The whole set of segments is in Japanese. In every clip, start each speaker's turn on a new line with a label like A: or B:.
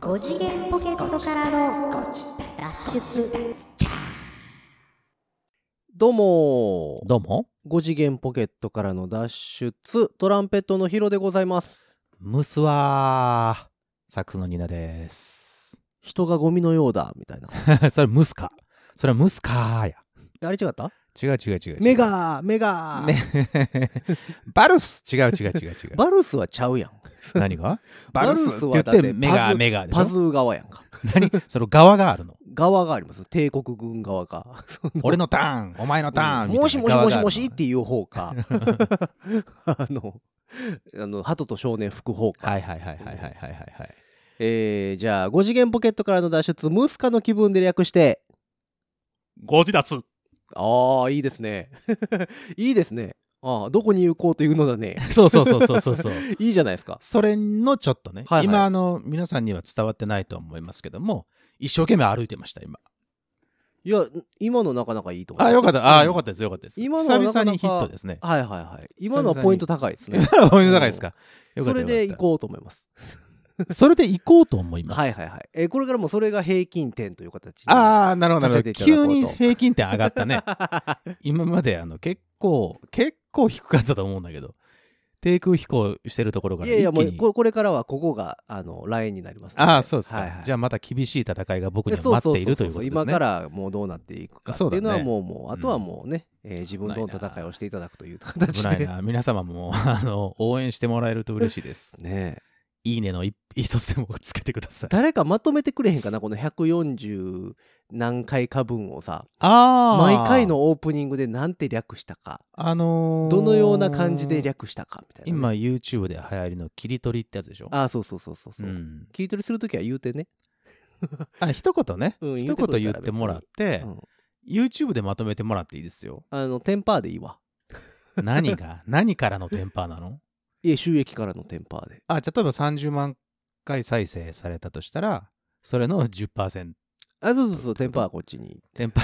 A: 5次元ポケットからの脱出
B: どうも
C: どうも
B: 5次元ポケットからの脱出トランペットのヒロでございます
C: ムスワーサックスのニナです
B: 人がゴミのようだみたいな
C: それムスカそれはムスカーや
B: あれ違った
C: 違う違う違う違う
B: メガーメガー、
C: め バルス違う違う違う違う
B: バルスはちゃうやん
C: 何が
B: バ
C: バ
B: ル
C: ル
B: ス
C: ス
B: は
C: って言ってメ
B: だっ
C: ガ
B: て
C: ーメガーでし
B: パ
C: ょ
B: ズー側やんか
C: 何その側があるの
B: 側があります帝国軍側かその
C: 俺のターンお前のターンみたいな
B: もしもしもしもしっ
C: 側が
B: ていう方 かあのあの鳩と少年副方か、
C: あるのはいはいはいはいはいはいはいはい
B: えーじゃあ5次元ポケットからの脱出ムスカの気分で略して
C: ゴジダツ
B: ああ、いいですね。 いいですね。ああ、どこに行こうというのだね。
C: そうそうそうそうそう そう
B: いいじゃないですか。
C: それのちょっとね、
B: はいはい
C: 今あの皆さんには伝わってないと思いますけども一生懸命歩いてました今
B: いや、今のなかなかいいと思い
C: あ
B: ます
C: よかったあよかったですよかったです
B: 今
C: 今
B: のは
C: の久
B: なかなか
C: 々にヒットですね
B: はいはいはい。今のはポイント高いです ね。
C: 今のポイント高いですかよ
B: そ
C: かった
B: れ
C: よ
B: で
C: か
B: 行
C: っ
B: こうと思います。
C: たそれで行こうと思います
B: はいはいはい。えーこれからもそれが平均点という形で。
C: ああなるほどなるほど
B: させていただ
C: 急
B: こうと
C: に平均点上がったね 今まであの結構結構低かったと思うんだけど低空飛行してるところか
B: い
C: ら
B: やい
C: 一気
B: や、もう
C: に
B: これこれからはここがあのラインになりますので。
C: ああそうですか、
B: はいはい
C: じゃあまた厳しい戦いが僕
B: で
C: には
B: そう
C: 待
B: そ
C: っ
B: う
C: ている
B: そ
C: といううこ
B: そ
C: と
B: う
C: ですね
B: 今からもうどうなっていくかっていうのは
C: そうだね
B: もうもうあとはもうね、えー自分との戦いをしていただくという形
C: 危ない
B: で
C: な皆様も あの応援してもらえると嬉しいです
B: ねえ
C: いいねの一一つでもつけてください
B: 誰かまとめてくれへんかなこの140何回か分をさ
C: あ
B: 毎回のオープニングでなんて略したか
C: あのー
B: どのような感じで略したかみたいな
C: 今
B: ね、
C: YouTube で流行りの切り取りってやつでしょ
B: ああそうそうそうそうそう、
C: うん
B: 切り取りするときは言うてね、
C: あ一言ね、
B: うん
C: 一言言ってもらって
B: う、ん
C: YouTube でまとめてもらっていいですよ
B: あのテンパーでいいわ
C: 何が何からのテンパーなの
B: いえ収益からのテンパーで
C: あじゃあ例えば30万回再生されたとしたらそれの10%
B: あそうそうそうテンパーはこっちに、
C: テンパ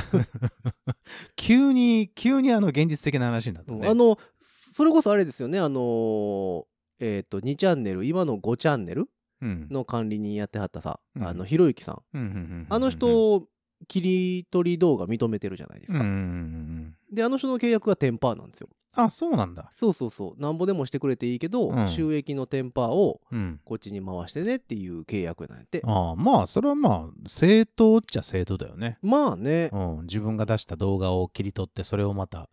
C: 急に急にあの現実的な話になった
B: うん
C: ね
B: あのそれこそあれですよねあのーえっ、と2チャンネル今の5チャンネル
C: うん
B: の管理人やってはったさ、
C: うん
B: あのひろゆきさん
C: うんうんうん
B: あの人切り取り動画認めてるじゃないです
C: うん
B: か、
C: うんうんうん
B: であの人の契約がテンパーなんですよ
C: あそうなんだ
B: そうそうそうなんぼでもしてくれていいけど、
C: うん
B: 収益のテンパーを
C: うん
B: こっちに回してねっていう契約なんやって
C: ああまあそれはまあ正当っちゃ正当だよね、
B: まあね
C: うん、自分が出した動画を切り取ってそれをまた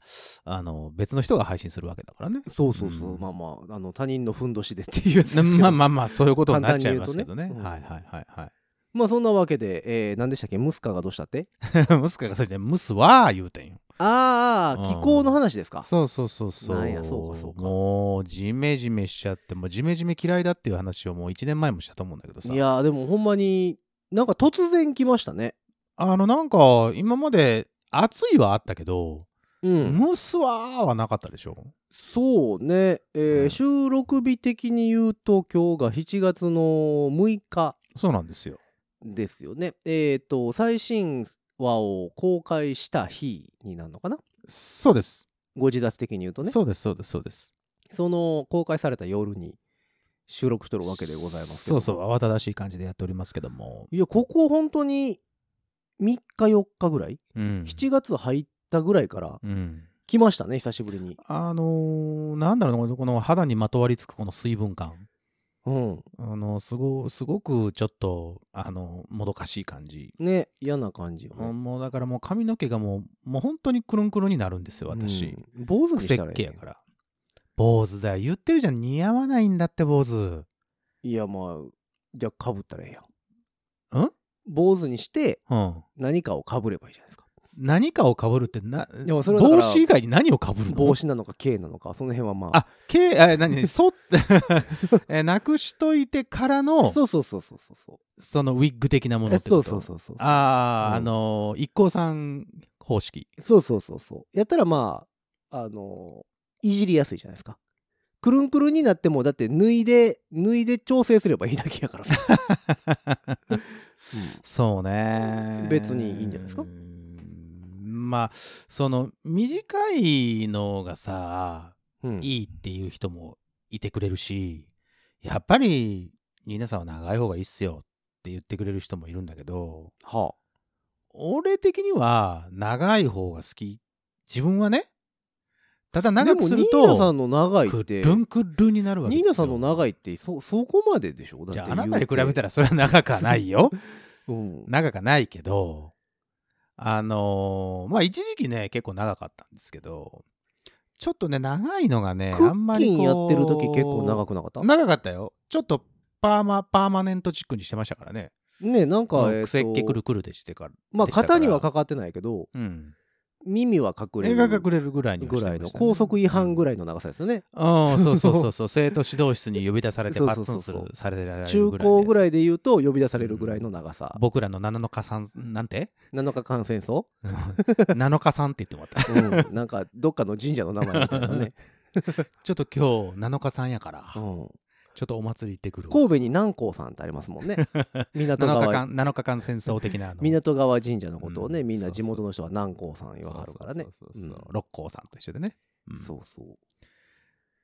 C: あの別の人が配信するわけだからね
B: そうそうそう、
C: うん
B: まあまああの他人のふんどしでっていうやつですけど
C: まあまあまあそういうことになっちゃいますけどね
B: 簡単に言うとね
C: はいはいはいはい
B: まあそんなわけで、えー何でしたっけムスカがどうしたって
C: ムスカがそう言ってムスは言うてんよ
B: あーあー
C: う
B: 気
C: ん
B: 候の話ですか
C: そうそうそうそう
B: なんやそうかそうか
C: もうジメジメしちゃってもうジメジメ嫌いだっていう話をもう1年前もしたと思うんだけどさ
B: いやーでもほんまになんか突然来ましたね
C: あのなんか今まで暑いはあったけど、
B: うん
C: ムスははなかったでしょ
B: そうね、えー
C: うん
B: 収録日的に言うと今日が7月の6日
C: そうなんですよ
B: ですよねえっ、と最新話を公開した日になるのかな
C: そうです、
B: ご自脱的に言うとねそ
C: そうですそうですそうです
B: の公開された夜に収録しとるわけでございますけ
C: そ
B: ど
C: うそう慌ただしい感じでやっておりますけども、
B: いやここ本当に3日4日ぐらい、
C: うん
B: 7月入ったぐらいから
C: うん
B: 来ましたね久しぶりに
C: あのーなんだろうなこの肌にまとわりつくこの水分感
B: うん
C: あのすごすごくちょっとあのもどかしい感じ、
B: ね嫌な感じよね
C: もうだからもう髪の毛がもうもう本当にくるんくるんになるんですよ私、
B: うん坊主にし
C: 癖
B: た
C: っ
B: らい
C: 気
B: い、
C: やから坊主だよ言ってるじゃん似合わないんだって坊主
B: いやまあじゃあかぶったらええやん
C: ん
B: 坊主にして
C: うん
B: 何かをかぶればいいじゃないですか
C: 何かをかぶるってな
B: でもそれはだから
C: 帽子以外に何をかぶるの
B: 帽子なのか毛なのかその辺はまあ
C: あけあ 何そ えなくしといてからのそ
B: そうそうそうそうそうそう
C: のウィッグ的なもの
B: え
C: ってこ
B: そう
C: と
B: そうそうそう
C: ああ、
B: うん
C: あのー一光さん方式
B: そうそうそうそうやったらまああのいじりやすいじゃないですかくるんくるんになってもだって脱いで脱いで調整すればいいだけやからさ、
C: そうね
B: 別にいいんじゃないですか
C: うーんまあその短いのがさ
B: うん
C: いいっていう人もいてくれるしやっぱり皆さんは長い方がいいっすよっって言ってくれる人もいるんだけど、
B: は
C: 俺的には長い方が好き。自分はね。ただ
B: あ。
C: 長くすると、
B: でもニーナさんの長いっ
C: く
B: て、
C: るんくるんになるわけ
B: ニ
C: で
B: ー
C: すよ。
B: ナさんの長いって、そ、そこまででしょだって
C: じゃああなたに比べた
B: ら。
C: らそれは長くはないよ。
B: うん。
C: 長くはないけど、あのーまあ一時期ね、結構長かったんですけど、ちょっとね、長いのがね、
B: ク
C: あんま
B: ッキ
C: り
B: ン
C: こう
B: やってる時結構長くなかった
C: 長かったよ。ちょっとパーマ、パーマネントチックにしてましたからね。
B: ねなん
C: も
B: か、
C: う
B: えっ
C: く
B: と
C: せっけくるくるでしてから。
B: まあ、
C: でしたから
B: 肩にはかかってないけど、
C: うん。
B: 耳は隠れ
C: 映
B: る。
C: 画がくれるぐらいには
B: ぐ
C: してま
B: らい
C: したね
B: の、高速違反ぐらいの長さですよね。
C: ああ、そうそうそうそう、生徒指導室に呼び出されて
B: そう
C: パ
B: そう
C: ッツ
B: そう
C: ンす
B: そう
C: る、されられる
B: 中高ぐら
C: い。
B: いで言うと、呼び出されるぐらいの長さ。
C: 僕らの7日さん、な んて
B: 7日間戦 争
C: ?7 日さんって言ってもらった。
B: うん。なんか、どっかの神社の名前みたいな ね。
C: ちょっと今日7日さんやから、
B: う
C: ち
B: ん。
C: ょっとお祭り行ってくるわ。
B: 神戸に南光さんってありますもん ね。港
C: 7日
B: 川
C: 間、7日間戦争的なあの。
B: 港川神社のことをね、
C: うん
B: みんな地元の人は南光さん言わはるからね。
C: そうそうそうそう六甲さんと一緒でね。うん
B: そうそう。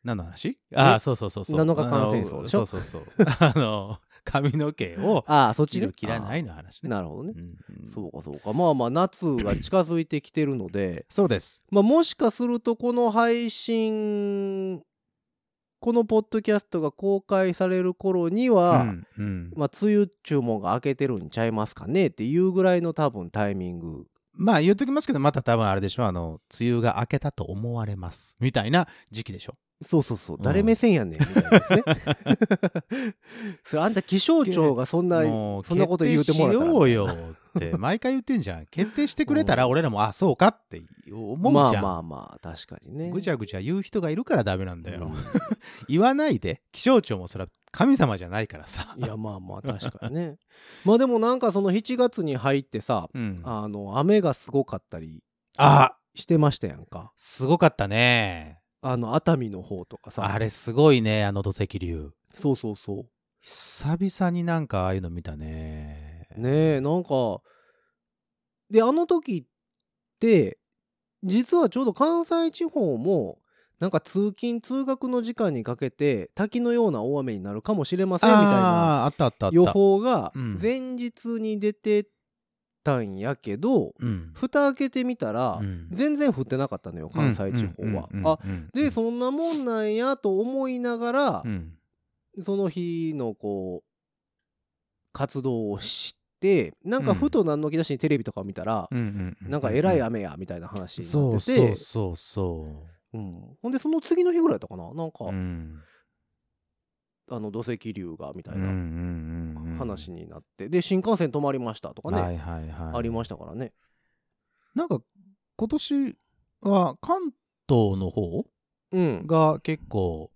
C: 何の話ああ、そうそうそうそう。
B: 7日間戦争でしょ
C: あのそう そうそう。あの、髪の毛を
B: ああ、そっち
C: 切
B: ね
C: る切らないの話
B: ああ
C: ね。
B: なるほどね。
C: うん、
B: そうかそうか。まあまあ、夏が近づいてきてるので
C: そうです。
B: まあもしかするとこの配信、このポッドキャストが公開される頃には、
C: うんうん
B: まあ、梅雨注文が明けてるんちゃいますかねっていうぐらいの多分タイミング
C: まあ言っときますけど、また多分あれでしょ、あの、梅雨が明けたと思われます。みたいな時期でしょ。
B: そうそうそう、
C: うん
B: 誰目線やねんみたいなですね それあんた気象庁がそんな
C: もう
B: そんなこと言うてもらったら
C: 決定しようよって、毎回言ってんじゃん。決定してくれたら、俺 らも、あ、そうかって思
B: ま
C: う
B: あ
C: じゃん。
B: まあまあ確かにね
C: ぐちゃぐちゃ言う人がいるからダメなんだよ。
B: う
C: 言わないで。気象庁もそれは神様じゃないからさ。
B: んいやまあまあ確かにねまあでもなんかその7月に入ってさ
C: うん、あ
B: あの雨がすごかったり
C: あ、
B: してましたやんか
C: すごかったね。
B: あの熱海の方とかさ
C: あれすごいね、あの土石流。
B: そうそうそう
C: 久々になんかああいうの見たね。
B: ねえなんかであの時って実はちょうど関西地方もなんか通勤通学の時間にかけて滝のような大雨になるかもしれませんみたいな
C: あーあったあったあった。
B: 予報が
C: うん
B: 前日に出てたんやけど、
C: うん。
B: 蓋開けてみたら
C: うん
B: 全然降ってなかったのよ関西地方は。あでそんなもんなんやと思いながら
C: う、ん
B: その日のこう活動をしてなんかふと何の気なしにテレビとか見たら、
C: うんうんう
B: なんかえらい雨やみたいな話に
C: そ
B: な
C: う
B: って
C: そ
B: て
C: うそうそ
B: うんほんでその次の日ぐらいだったかななんか、
C: う。うん
B: あの土石流がみた
C: うん
B: い
C: うん
B: な
C: うんうん
B: 話になって、で新幹線止まりましたとかね、
C: はいはいはい。
B: ありましたからね
C: なんか今年は関東の方
B: うん
C: が結構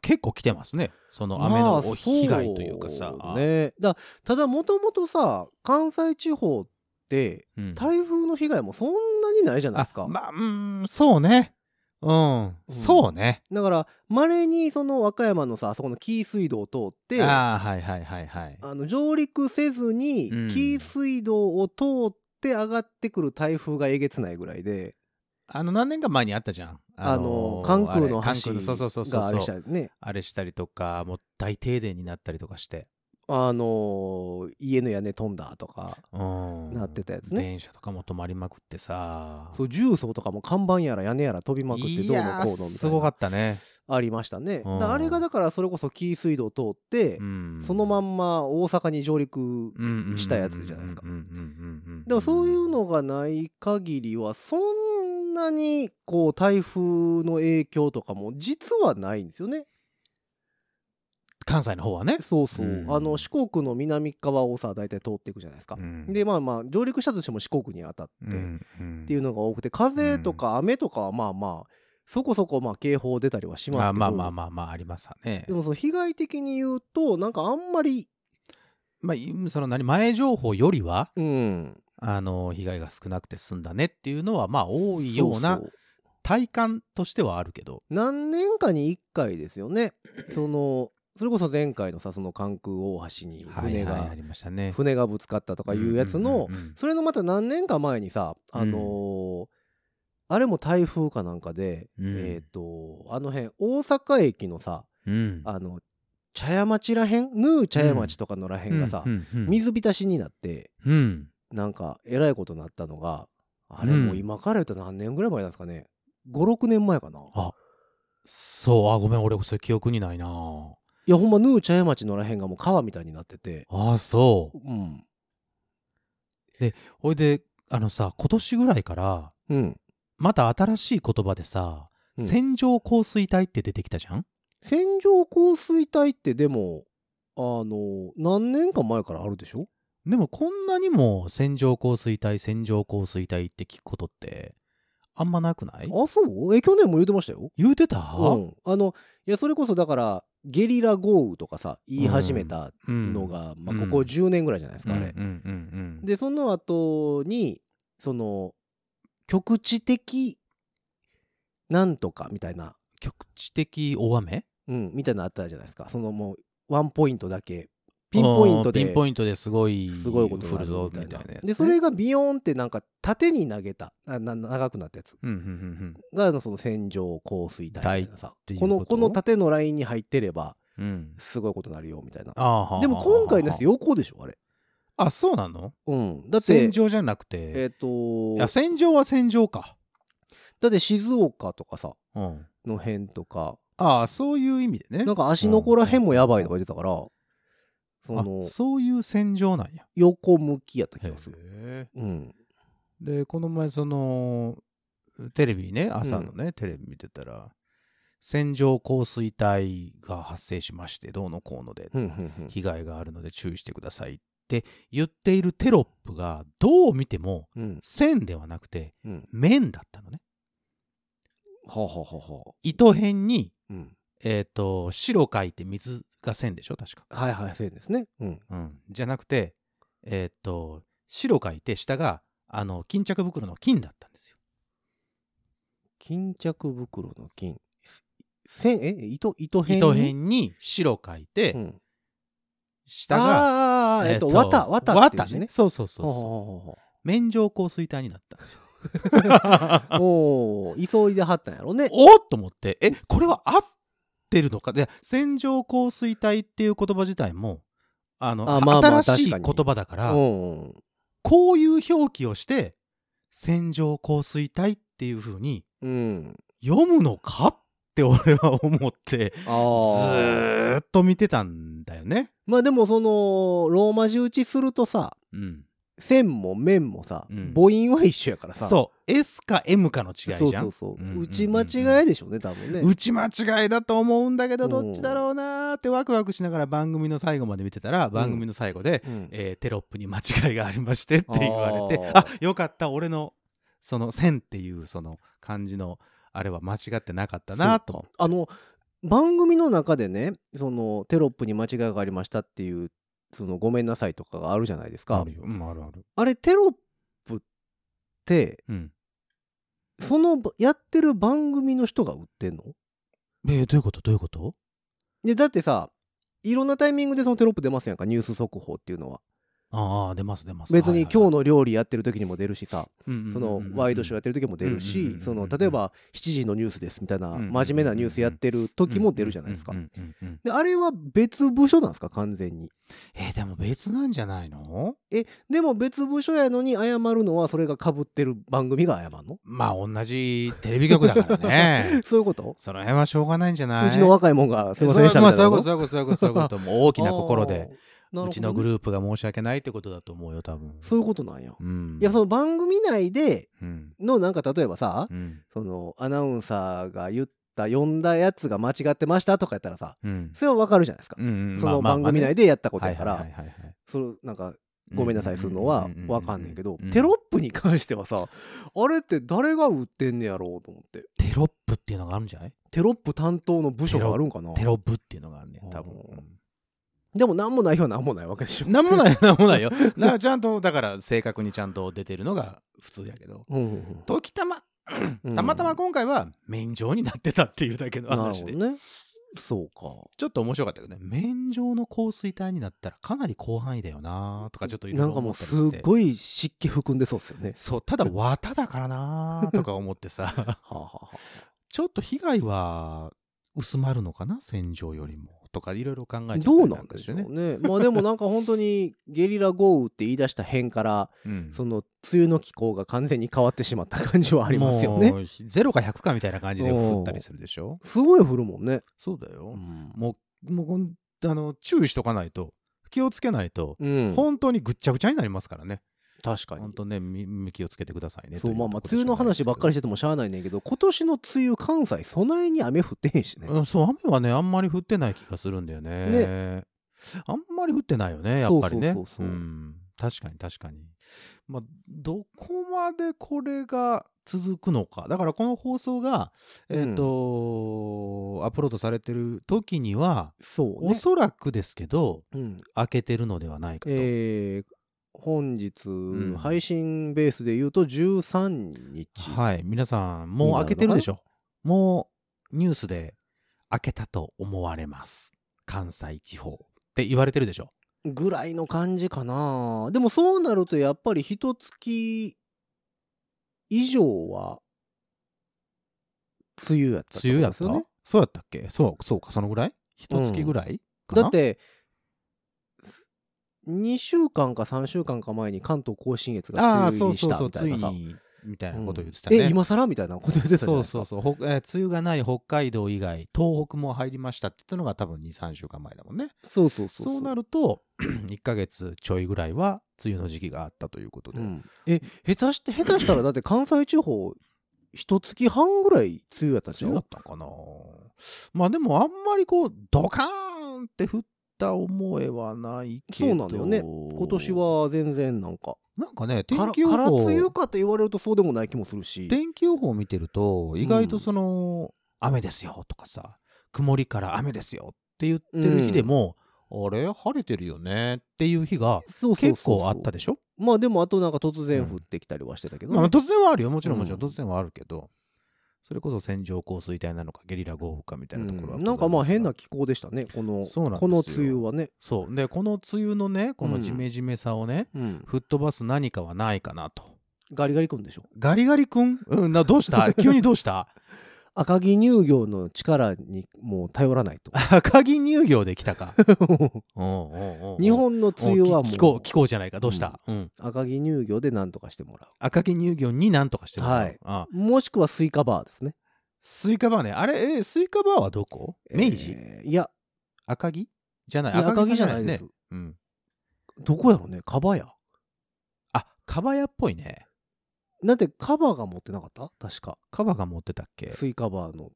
C: 結構来てますね。その雨の
B: まあ
C: 被害というかさ。
B: そうねだただもともとさ関西地方って
C: うん
B: 台風の被害もそんなにないじゃないですか、
C: あまあ、うん、そうね。うん、そうね。
B: だからまれにその和歌山のさあそこの紀伊水道を通ってあ
C: ああ、はいはいはいはい。
B: の上陸せずに
C: うん
B: 紀伊水道を通って上がってくる台風がえげつないぐらいで、
C: あの、何年か前にあったじゃん。
B: あの関空の
C: あれ関空のそうそうそ
B: 橋
C: うそう
B: があれし
C: そ
B: た
C: う。
B: よね
C: あれしたりとか、もう大停電になったりとかして。
B: あのー家の屋根飛んだとか
C: うん。
B: なってたやつね
C: 電車とかも止まりまくってさ。
B: そう重曹とかも看板やら屋根やら飛びまくってどうのこうのみ
C: いやー
B: た
C: す
B: い
C: ごか
B: な
C: ったね。
B: ありましたねだ
C: うん
B: からあれがだからそれこそ紀伊水道を通って
C: うん。
B: そのまんま大阪に上陸
C: うんうんうんうんうんうんうんうんうん、
B: したやつじゃないですかで
C: で
B: もそういうのがない限りはそんなにこう台風の影響とかも実はないんですよね。
C: 関西の方はね。
B: そうそう。
C: うん
B: あの四国の南側をさ大体通っていくじゃないですか。でまあまあ上陸したとしても四国に当たって
C: う
B: っ
C: んうん
B: ていうのが多くて風とか雨とかはまあまあそこそこまあ警報出たりはしますけ
C: まあ
B: ど。
C: まあまあまあまあありますわね
B: で。もその被害的に言うとなんかあんまり
C: まあいその何前情報よりは
B: うん
C: あの被害が少なくて済んだねっていうのはまあ多いよう
B: そ
C: な
B: そ
C: 体感としてはあるけど。
B: 何年かに1回ですよ ねそのそれこそ前回のさその関空大橋に船が、
C: はいはいありましたね。
B: 船がぶつかったとかいうやつの、
C: うんうんうんうん
B: それのまた何年か前にさあのーあれも台風かなんかで、
C: うん
B: えっ、とあの辺大阪駅のさ
C: うん
B: あの茶屋町らへんヌー茶屋町とかのらへんがさ、
C: うんうん
B: 水浸しになって
C: うん
B: なんかえらいことになったのがあれ
C: うん
B: もう今から言うと何年ぐらい前なんですかね56年前かな
C: あそうあごめん俺それ記憶にないない
B: やほんまヌー茶屋町のらへんがもう川みたいになってて
C: あそう
B: うん
C: ほいであのさ今年ぐらいから
B: うん、
C: また新しい言葉で
B: う
C: さ、
B: ん
C: 線状降水帯って出てきたじゃん
B: 線状降水帯ってでもあの何年か前からあるでしょ
C: でもこんなにも線状降水帯線状降水帯って聞くことってあんまなくない
B: あそうえ去年も言うてましたよ
C: 言うてた、
B: うん、あのいやそれこそだからゲリラ豪雨とかさ言い始めた
C: うん
B: のが、まあ、
C: うん
B: ここ10年ぐらいじゃないですか、あれ
C: う。んうんうんうん
B: でその後にその局地的なんとかみたいな、
C: 局地的大雨
B: うん、みたいなのあったじゃないですかそのもうワンポイントだけピンポイント
C: あーピン
B: で。
C: ポイントですごい
B: すごいことに
C: 降
B: なる
C: る
B: ぞ
C: ぞみた
B: み
C: い
B: た
C: ないや
B: な。
C: つね
B: でそれがビヨーンってなんか縦に投げたあな長くなったやつ
C: うんうんうん
B: があのその線状降水帯みたいなさ
C: ていうこ
B: ことのこの縦のラインに入ってれば
C: うんうん
B: すごいことになるよみたいな
C: あーはーはーはー
B: でも今回のやつ横でしょあれ
C: あそうなの
B: うんだって
C: 線状じゃなくて
B: えっ、と
C: いや線状は線状か
B: だって静岡とかさ
C: うん
B: の辺とか
C: ああそういう意味でね
B: なんか足のこら辺もやばいとか言ってたからそ
C: あ
B: の
C: そういう線状なんや
B: 横向きやった気
C: へ
B: がする
C: え
B: うん
C: でこの前そのテレビね朝のね、テレビ見てたら線状降水帯が発生しましてどうのこうので、
B: うんうん
C: 被害があるので注意してくださいって言っているテロップがどう見ても
B: うんうん
C: 線ではなくて
B: うん
C: 面だったのね
B: はあ、はあはあはあ
C: 糸辺に、
B: うん
C: えー、と白書いて水が線でしょ確か、
B: はいはいそうですねうん
C: うん、じゃなくてえっ、と白書いて下があの巾着袋の金だったんですよ
B: 巾着袋の金線え糸糸辺に
C: 糸辺に白書いて、
B: うん、
C: 下が、
B: あーあーあーえっと綿綿っていう字ね
C: そうそうそう
B: ほう
C: そう
B: ほうほうほう
C: 免状降水帯になった んですよ
B: おお急いではったんやろね
C: おっと思ってえこれは合ってるのかで線状降水帯っていう言葉自体もあの
B: あまあまあ
C: 新しい
B: 確か
C: 言
B: に
C: 葉だから
B: うんうん
C: こういう表記をして線状降水帯っていう風に
B: うん
C: 読むのかって俺は思って
B: あ
C: ず
B: ー
C: ーっと見てたんだよね。
B: まあでもそのローマ字打ちするとさ
C: うん、
B: 線も面もさ、
C: うん
B: 母音は一緒やからさ
C: そう S か M かの違いじゃん
B: そうそうそう、
C: うんうんうん
B: 打ち間違いでしょうね多分ね
C: 打ち間違いだと思うんだけど
B: うん
C: どっちだろうなーってワクワクしながら番組の最後まで見てたら番組の最後で、
B: うん
C: えーテロップに間違いがありましてって言われてあ
B: あ
C: よかった俺のその線っていうその漢字のあれは間違ってなかったなと
B: そうかあの番組の中でねそのテロップに間違いがありましたっていうそのごめんなさいとかがあるじゃないですか
C: よ、うん、あるある、
B: あれテロップって
C: うん、
B: そのやってる番組の人が売ってんの
C: えーどういうことどういうこと
B: でだってさいろんなタイミングでそのテロップ出ますやんかニュース速報っていうのは
C: ああ出ます出ます
B: 別に今日の料理やってる時にも出るしさそ
C: そ
B: のワイドショーやってる時も出る
C: うんうんうん
B: し
C: うん
B: その例えば7時のニュースですみたいな
C: うんうんうん
B: 真面目なニュースやってる時も出るじゃないですかであれは別部署なんですか完全に
C: えーでも別なんじゃないの
B: でも別部署やのに謝るのはそれがかぶってる番組が謝るの
C: まあ同じテレビ局だからね
B: そういうこと
C: その辺はしょうがないんじゃないう
B: ちの若いもんがすいませんでし
C: そ
B: た
C: れ
B: み
C: はま
B: た
C: あ
B: い
C: そう
B: な
C: いう
B: こと
C: ことそういうことそういうことそういうこともう大きな心で
B: あー
C: うちのグ
B: なるほどね
C: ループが申し訳ないってことだと思うよ多分
B: そういうことなんや
C: うん
B: いやその番組内で
C: うん
B: のなんか例えばさ
C: うん
B: そのアナウンサーが言った呼んだやつが間違ってましたとかやったらさ
C: うん
B: それはわかるじゃないですか、
C: うん
B: その番組内
C: で
B: でやったこと
C: はい
B: や
C: は
B: か
C: いはい
B: ら
C: はいはい
B: そのなんかごめんなさいするのはわかんねんけど
C: ううう
B: テロップに関してはさあれって誰が売ってんねやろうと思って
C: テロップっていうのがあるんじゃない
B: テロップ担当の部署があるんかな
C: テロップっていうのがあるねん多分
B: おー
C: うん
B: でも何もないよ何もないわけでしょ
C: なん もないよなんもないよ。なちゃんとだから正確にちゃんと出てるのが普通やけど。
B: うんうん
C: 時たま
B: うん
C: たまたま今回は免状になってたっていうだけの
B: なる
C: 話
B: ほ
C: で、
B: どねそうか
C: ちょっと面白かったけどね免状の降水帯になったらかなり広範囲だよなとかちょっといろ
B: ないん
C: ろ
B: かも
C: 思
B: う
C: ったり
B: す
C: して
B: っごい湿気含んでそうっすよ ね
C: そうただ綿だからなとか思って さ
B: はあはあはあ
C: ちょっと被害は薄まるのかな戦場よりもとかいろいろ考えち ゃ
B: ど
C: った
B: う
C: り
B: なんでしょうね
C: か
B: まあでもなんか本当にゲリラ豪雨って言い出した辺から
C: してねうん
B: その梅雨の気候が完全に変わってしまった感じはありますよね
C: もうゼロか100かみたいな感じで降ったりするでしょ
B: すごい降るもんね、
C: そうだよ、
B: ん
C: もうもうほんあの注意しとかないと気をつけないと、
B: うん、
C: 本当にぐっちゃぐちゃになりますからね
B: 確かに
C: 本当ねみみ気をつけてくださいね
B: そうまあまあ梅雨の話ばっかりしてててもしゃあないねんけど今年の梅雨関西備えに雨降ってへんしね、
C: うん、そう雨はねあんまり降ってない気がするんだよねあんまり降ってないよねやっぱりね
B: そうそうそうそうん
C: 確かに確かにまあどこまでこれが続くのかだからこの放送がえっ、とアップロードされてる時には
B: そう
C: お
B: ね、
C: そらくですけど
B: うん、
C: 開けてるのではないかと、
B: えー本日、
C: ん
B: 配信ベースで言うと13日
C: はい皆さんもう開けてるでしょもうニュースで開けたと思われます関西地方って言われてるでしょ
B: ぐらいの感じかなでもそうなるとやっぱり一月以上は梅雨やったって
C: 梅
B: ことで
C: 雨やっ
B: す
C: た、
B: よね
C: そうやったっけそうそうかそのぐらい一月ぐらいかな、
B: だって2週間か3週間か前に関東甲信越
C: あ
B: が
C: あ
B: 梅
C: そ
B: 雨
C: う
B: にし
C: そう
B: た
C: そう
B: みたい
C: つい
B: なさ
C: にみたいな
B: うん
C: こと言ってたね、
B: え今更みたいなこと言ってたじゃない
C: そう
B: ですか
C: そうそうほ、えー梅雨がない北海道以外東北も入りましたって言ったのが多分23週間前だもんね
B: そうそう
C: そ
B: そう
C: うなると1 ヶ月ちょいぐらいは梅雨の時期があったということで、
B: うんえ下手して下手したらだって関西地方一月半ぐらい梅雨やったん
C: 梅
B: じゃ
C: 雨だ
B: ん
C: ったかなまあでもあんまりこうドカーンって降った思えはないけど
B: そうなのよね今
C: 今
B: 年は全然なんか
C: なんかね天
B: から
C: 気予
B: から
C: 報
B: 梅雨かと言われるとそうでもない気もするし
C: 天気予報を見てると意外とその、雨ですよとかさ曇りから雨ですよって言ってる日でも、あれ晴れてるよねっていう日が
B: そうそうそう
C: 結構あったでしょ
B: まあでもあとなんか突然降ってきたりはしてたけどね、
C: まあ、突然はあるよもちろんもちろん
B: うん
C: 突然はあるけど、それこそ線状降水帯なのかゲリラ豪雨かみたいなところは、
B: うんなんかまあ変な気候でしたねこの
C: そうなんですよ
B: この梅雨はね、
C: そうでこの梅雨のねこのジメジメさをね、
B: うん、
C: 吹っ飛ばす何かはないかなと
B: ガリガリくんでしょ
C: ガリガリ君、うん、などうし た急にどうした
B: 赤城乳業の力にもう頼らないと
C: 赤城乳業で来た かおうおうおうおう
B: 日本の梅雨は
C: お
B: も
C: き
B: う
C: 気候気候じゃないかどうした、うん
B: 赤城乳業で何とかしてもら
C: 赤城乳業になんとかしてるから
B: はい
C: あ
B: うもしくはスイカバーですね
C: スイカバーねあれ、えースイカバーはどこ明治、
B: えーいや
C: 赤城じゃない
B: いや赤城じゃない
C: よ
B: です、
C: ね、うん、
B: どこやろねカバや
C: あカバヤっぽいね
B: なんてカバが持ってなかった確か
C: カバが持ってたっけ
B: スイカバーの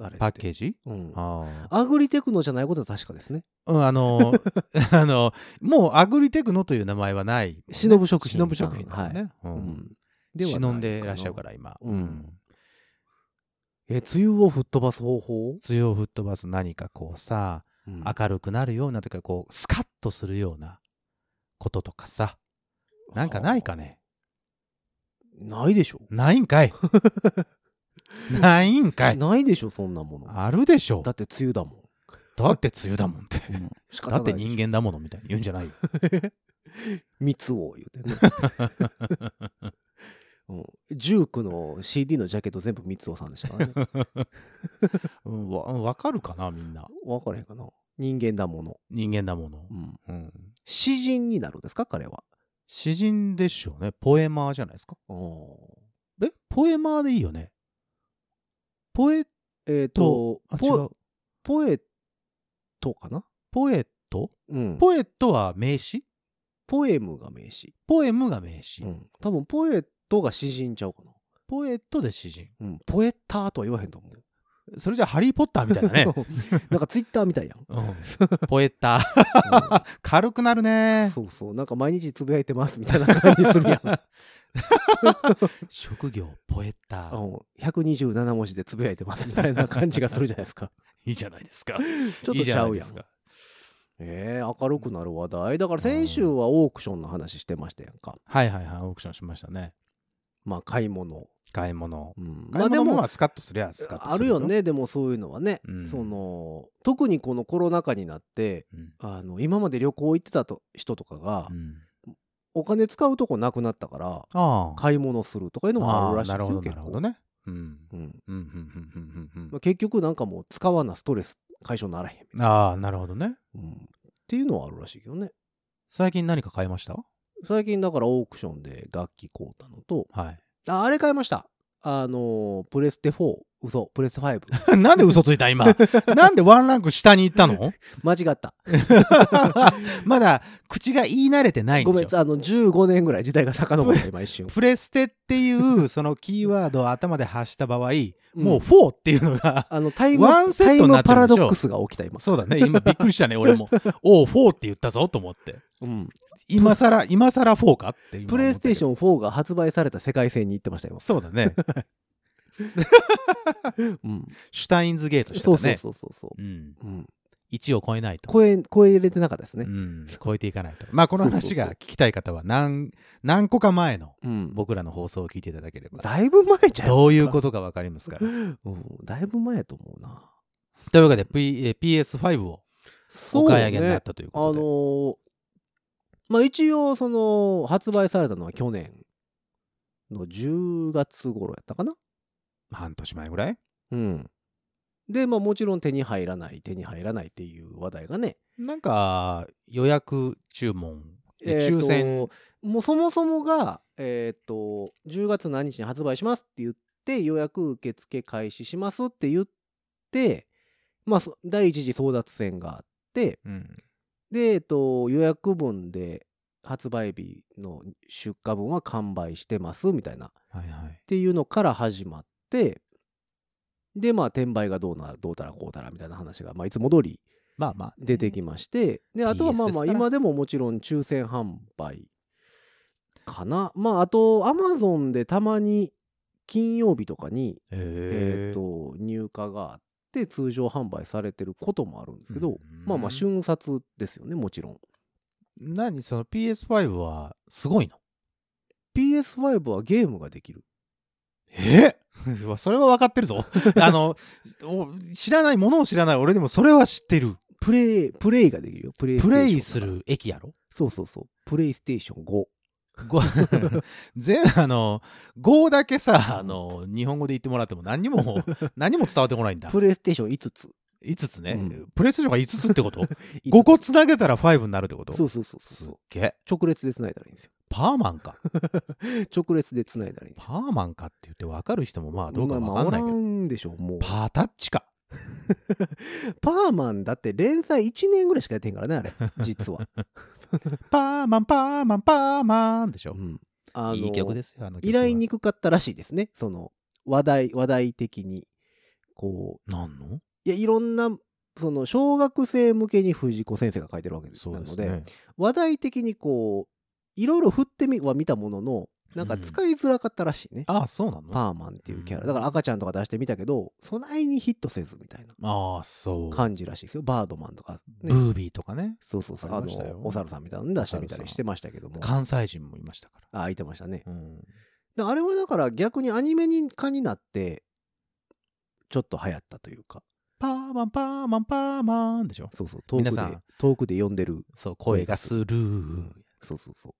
B: あれって
C: パッケージ
B: うん、
C: ああ
B: アグリテクノじゃないことは確かですね
C: うん あのーあのーもうアグリテクノという名前はないもんね
B: 忍ぶ食品
C: 忍ぶ食品だもんね、う
B: うんん、
C: 忍んでらっしゃるからら今、
B: うんえ梅雨を吹っ飛ばす方法、
C: 梅雨を吹っ飛ばす何かこうさ
B: うん
C: 明るくなるようなというかこうスカッとするようなこととかさなんかないかね
B: ないでしょ、
C: ない んかいないんかい
B: ないでしょそんなもの
C: あるでしょ
B: だって梅雨だもん
C: だって梅雨だもんって
B: 仕
C: だ
B: 方
C: って
B: ないでし
C: 人
B: ょ
C: 間だものみたいに言うんじゃな いよ
B: 蜜を言 うてね、うん、ジュークの CD のジャケット全部蜜をさんでしたからね
C: うんわわかるかなみんな
B: 分からへんかな人間だもの、
C: 人間だもの
B: う、ん、
C: うん、
B: 詩人になるんですか彼は
C: 詩人でしょうねポエマーじゃないですかえポエマーでいいよねポエ
B: えっ、と
C: とあ違
B: ポ
C: う
B: ポエットかな、
C: ポエット
B: うん、
C: ポエットは名詞
B: ポエムが名詞、
C: ポエムが名詞、
B: うん、多分ポエットが詩人ちゃうかな
C: ポエットで詩人
B: うん、ポエッターとは言わへんと思う。。
C: それじゃハリー・ポッターみたいだね
B: なんかツイッターみたいやん。
C: うん ポエッター。 軽くなるね。
B: そうそう、なんか毎日つぶやいてますみたいな感じするやん。
C: 職業、ポエッタ
B: う
C: ー。
B: ん127文字でつぶやいてますみたいな感じがするじゃないです か。
C: いいじゃないですか。
B: ちょっ
C: いい
B: と
C: じ
B: ちゃ
C: ないうで
B: やん
C: す。か
B: えー、明るくなる話題。だから先週はオークションの話してましたやんか。
C: はいはいはい、オークションしましたね。
B: まあ買い物。
C: 買い物。
B: うん、
C: 買
B: ま
C: い
B: あで
C: 物も
B: も
C: まあスカッとすりゃスカッと
B: あ
C: す
B: る
C: る
B: よ。ねでもそういうのはね、
C: うん
B: その特にこのコロナ禍になって
C: うん
B: あの今まで旅行行ってたと人とかが、
C: うん
B: お金使うとこなくなったから
C: ああ。
B: 買い物するとかいうのもあるらしい
C: ああな
B: で
C: る
B: す
C: ほ
B: よ
C: ど、な
B: 結構
C: るほどね。うん。
B: うん
C: うんうんうんうんうん
B: まあ、結局なんかもう使わなストレス解消ならへんみたいな、
C: ああ、なるほどね。
B: うんっていうのはあるらしいけどね
C: 最近何か買いました
B: 最近だからオークションで楽器買うたのと
C: は
B: ああれ買いましたあのープレステ4嘘プレステ5
C: い。なんで嘘ついた今。なんでワンランク下に行ったの
B: 間違った
C: まだ口が言い慣れてないん
B: ご
C: で
B: め
C: しょ
B: ん。あの15年ぐらい時代が遡 った今一瞬
C: プレステっていう そのキーワードを頭で発した場合、
B: ん
C: もう4っていうのが、
B: あのタイ
C: ワン
B: ム
C: セッ
B: タイ
C: トにな
B: ム
C: って
B: パ
C: るでしょ
B: ラドックスが起きた今、
C: そうだね、今びっくりした ね、俺も。おう、4って言ったぞと思って。
B: うん、
C: 今さら、 今さら4かって今思ったけど。
B: プレイステーシ
C: ン。
B: ョン4が発売された世界線に行ってました今、
C: そうだね。
B: うん、
C: シュタインズゲートしてた
B: そ
C: ね。
B: うそうそうそうそう
C: うん。
B: うん、
C: 1を超えないと。
B: 声声入れてなかったです
C: う
B: ね、
C: ん、超えていかないと。まあ、この
B: そうそ
C: 話
B: うそう
C: が聞きたい方は何、何個か前の
B: うん、
C: 僕らの放送を聞いていただければ、
B: だいぶ前じゃん
C: どういうことかわかりますから。
B: と、うん、だいぶ前やと思うな
C: というわけで、P えー PS5 を
B: そ
C: お
B: う
C: 買い上げにな
B: ね
C: ったという
B: あ
C: こと
B: の
C: で。
B: ーまあ一応その発売されたのは去年の10月頃やったかな
C: 半年前ぐらい
B: うんでまあもちろん手に入らない手に入らないっていう話題がね
C: なんか、予約注文、
B: え
C: で
B: ー
C: 抽
B: と
C: 選。
B: もうそもそもが、えっと10月何日に発売しますって言って予約受付開始しますって言って、まあ、そ第一次争奪戦があって
C: うん
B: で、えっと予約分で発売日の出荷分は完売してますみたいなっ
C: はいはい。
B: ていうのから始まってでまあ転売がどうなどうたらこうたらみたいな話が、まあ、いつも通り
C: まあまあ。
B: 出てきまして、であとはまあまあ
C: PS ですから
B: 今でももちろん抽選販売かなまああとアマゾンでたまに金曜日とかに、えー、
C: え
B: と入荷があって通常販売されてることもあるんですけど、
C: うん
B: まあまあ瞬殺ですよねもちろん
C: 何その PS5 はすごいの
B: PS5 はゲームができる
C: え それは分かってるぞ。 あの、お知らないものを知らない俺でもそれは知ってる。
B: プレイプレイができるよプレイステー
C: プ
B: ション
C: レイする駅やろ
B: そうそうそうプレイステーション5
C: ご 全あの、5だけさ、あの、日本語で言ってもらっても何 にも、何にも伝わってこないんだ。
B: プレイステーション5つ
C: 5つね。
B: うん
C: プレイステーションが5つってこと
B: つ
C: ?5 個つなげたら5になるってこと
B: そうそうそう
C: す
B: そ
C: っ
B: うそう
C: げえ。
B: 直列で繋いだらいいんですよ
C: パーマンか。
B: 直列で繋いだらいいんですよ
C: パーマンかって言って分かる人もまあどうか分かんな
B: ま
C: いけ
B: あまあおら
C: ど。
B: んでしょうもう
C: パータッチか。
B: パーマンだって連載1年ぐらいしかやってへんからね あれ実は、
C: パーマン、パーマン、パーマンでしょ。
B: あの
C: いい曲ですよ、あの曲
B: 依
C: は
B: 頼に。くかったらしいですねその話題話題的にこ
C: なんの
B: ういやいろんなその小学生向けに藤子先生が書いてるわけです
C: そう
B: な
C: で
B: の
C: す
B: で、
C: ね。
B: 話題的にこういろいろ振ってみは見たもののなんか使いづらかったらしいね、
C: ああ、そうなのあ
B: パーマンっていうキャラだから赤ちゃんとか出してみたけど備えにヒットせずみたいな
C: あ、そう。
B: 感じらしいですよバードマンとか、ね
C: ブ、ービーとかね。
B: そうそうそう。
C: あ
B: あ
C: りましたよ
B: の、お猿さんみたいなの出してみたりしてましたけども。あ、
C: 関西人もいましたか
B: 空いてましたね。
C: ら。うん。
B: であれはだから逆にアニメに化になって、ちょっと流行ったというか、
C: パーマン、パーマン、パーマンでしょ。
B: そうそう、遠く
C: 皆
B: で
C: さん、
B: 遠くで呼んでる。
C: そう、声がする。
B: そうそうそう。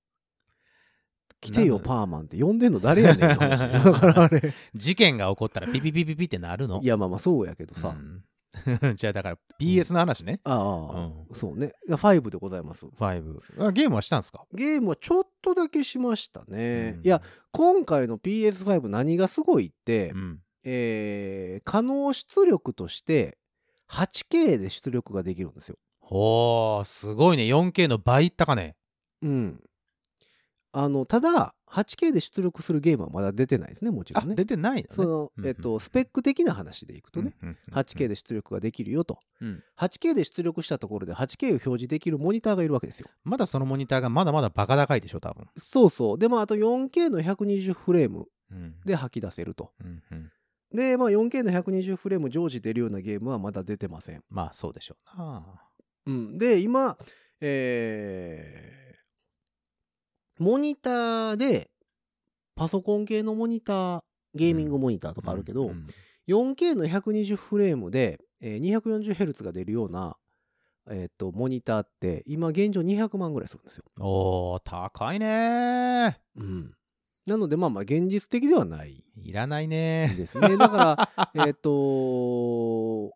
B: 来てよ、
C: なの
B: パーマンって呼んでんの誰やねんって話 だからあれ。
C: 事件が起こったらピピピピピってなるの
B: いや、まあまあ、そうやけどさ。
C: うん じゃあだから PS の話ね。
B: ああ、
C: う
B: そうね。5でございます。
C: 5。あゲームはしたんですか
B: ゲームはちょっとだけしましたね。
C: うん
B: いや、今回の PS5 何がすごいって、
C: うん。
B: えー可能出力として 8K で出力ができるんですよ。
C: おー、すごいね。4K の倍いったかね。
B: うん。あの、ただ、8K で出力するゲームはまだ出てないですね、もちろ
C: あ、
B: んね。
C: 出てない
B: そ
C: のね。
B: の
C: う、ん
B: えっと、スペック的な話でいくとね、
C: うんうんうん
B: 8K で出力ができるよと。
C: うん。
B: 8K で出力したところで 8K を表示できるモニターがいるわけですよ。
C: まだそのモニターがまだまだバカ高いでしょ、多分。
B: そうそう。で、まあ、あと 4K の120フレーム
C: うん
B: で吐き出せると。
C: うんうん
B: で、まあ、4K の120フレーム常時出るようなゲームはまだ出てません。
C: まあそうでしょうな。
B: うん、で今、えーモニターでパソコン系のモニターゲーミングモニターとかあるけど、
C: うん
B: 4K の120フレームで、えー 240Hz が出るような、えー、とモニターって今現状200万ぐらいするんですよ。
C: おー、高いね
B: うん、なのでまあまあ現実的ではない
C: いらないね
B: ですね。だかららえっと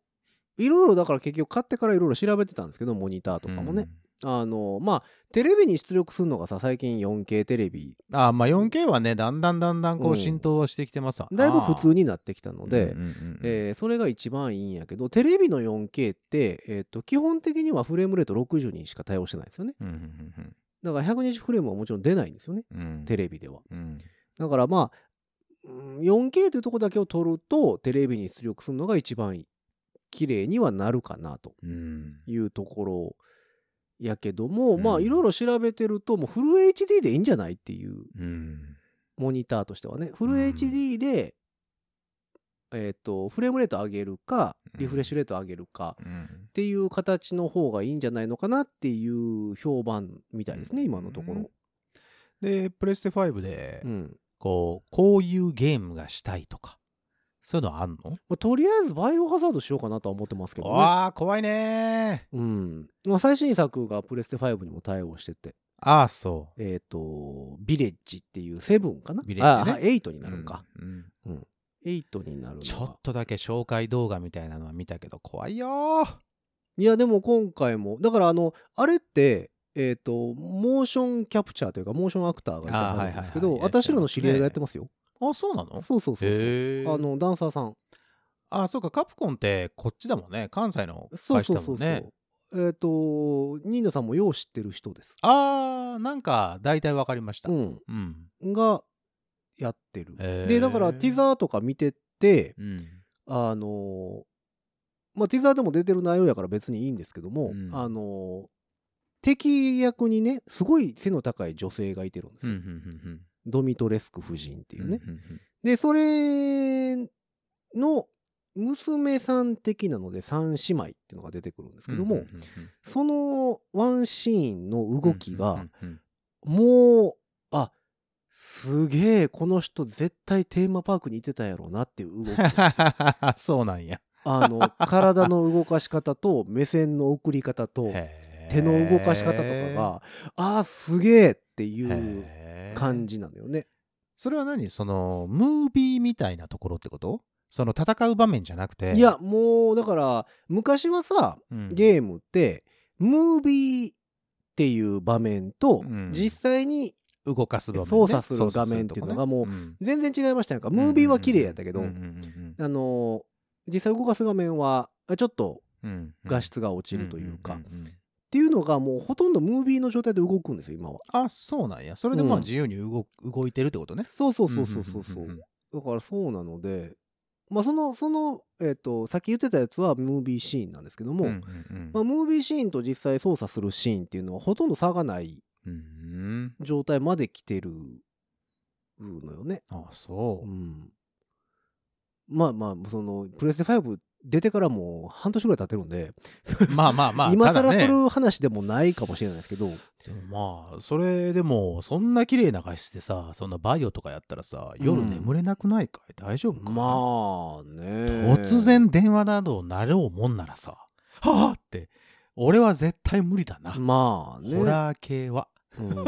B: いろいろだから結局買ってからいろいろ調べてたんですけどモニターとかもね、あのまあテレビに出力するのがさ最近 4K テレビ
C: うん。あまあ 4K はね、だんだんだんだんこ
B: うん
C: う浸透はしてきてますわ
B: だいぶ普通になってきた
C: あ
B: の
C: ー
B: で、
C: うんうんうん
B: えーそれが一番いいんやけどテレビの 4K って、えーと基本的にはフレームレート60にしか対応してないんですよね
C: うんうん
B: だから120フレームはもちろん出ないんですよね
C: うんうんうん
B: テレビでは
C: うん
B: だからまあうん 4K というとこだけを取るとテレビに出力するのが一番綺麗にはなるかなと
C: うん
B: いうところやけども、
C: うん
B: まあいろいろ調べてるともうフル HD でいいんじゃないっていう
C: うん
B: モニターとしてはねフル
C: うん
B: HD で、えっとフレームレート上げるか
C: うん
B: リフレッシュレート上げるか
C: う
B: っ
C: ん
B: ていう形の方がいいんじゃないのかなっていう評判みたいですね、
C: うん
B: 今のところ。
C: で、プレステ5で、
B: うん
C: こう、こういうゲームがしたいとか、そういうのあんの
B: まあ、とりあえずバイオハザードしようかなとは思ってますけどね。
C: ああ、怖いね
B: うんまあ、最新作がプレステ5にも対応してて、
C: ー。ああ、そ
B: えっ、と、ビレッジっていうセブンかな
C: ビレッジね
B: ああ、8に
C: う。
B: なるのか。
C: うん。うん
B: 8になるのが
C: ちょっとだけ紹介動画みたいなのは見たけど、怖いよー。
B: いやでも今回もだからあのあれってえっ、とモーションキャプチャーというかモーションアクターがいたはずなんですけ
C: あー
B: ど
C: はいはいはい
B: 私らの知り合いがやってますよ
C: あそうなの
B: そうそうそうそう
C: へえ。
B: あのダンサーさん
C: あ、そうか、カプコンってこっちだもんね。関西の
B: そう
C: 会社
B: そう
C: だ
B: そ
C: も
B: うんそう
C: ね。
B: えっとニーナさんもよう知ってる人です
C: ああ、なんか、大体わかりました。
B: う
C: うん。
B: ん
C: うん。
B: がやってる
C: へー
B: でだからティザーとか見てってあのーまあティザーでも出てる内容やから別にいいんですけども
C: うん
B: あのー敵役にねすごい背の高い女性がいてるんです
C: うん。うん。う
B: よ
C: ん。
B: ドミトレスク夫人って
C: う
B: い
C: ん。
B: うね。
C: うんうん
B: で、それの娘さん的なので三姉妹っていうのが出てくるんですけども、
C: うんうんうんうん
B: そのワンシーンの動き
C: うんう
B: が
C: ん、うん
B: もう、あ、すげえ、この人絶対テーマパークにいてたやろうなっていう動き。
C: そうなんや。
B: あの、体の動かし方と目線の送り方と手
C: 手
B: の動かし方とかが、ああ、すげえっていう感
C: じ。
B: じなのよね。
C: それは何そのムービーみたいなところってことその戦う場面じゃなくて。
B: いや、もう、だから、昔はさ、
C: うん、
B: ゲームってムービーっていう場面と、
C: うん
B: 実際に
C: 動かす場面、ね、
B: 操作する画面っていうのがもう全然違いましたやんか、ムービーは綺麗やったけど、あのー実際動かす画面はちょっと画質が落ちるというか、っ
C: んんんん
B: ていうのがもうほとんどムービーの状態で動くんですよ今は。
C: あそうなんやそれでま
B: うん
C: あ自由に動,、動いてるってことね
B: そうそうそうそうそうそう。
C: んんんん
B: だからそうなので、まあそのそのえっ、とさっき言ってたやつはムービーシーンなんですけども、
C: うんうんうん
B: まあムービーシーンと実際操作するシーンっていうのはほとんど差がない
C: うん
B: 状態まで来てるのよね。
C: あそうう、
B: ん。まあまあ、その、プレステ5出てからもう半年ぐらい経ってるんで、
C: まあまあまあ
B: 今
C: ただ
B: 更す
C: ね
B: る話でもないかもしれないですけど、
C: でもまあそれでもそんな綺麗な画質でさそんなバイオとかやったらさ夜
B: うん
C: 眠れなくないかい、大丈夫かい
B: まあね。
C: 突然。電話などなろうもんならさはあって俺は絶対無理だな、
B: まあね。
C: ホラー系は
B: うん。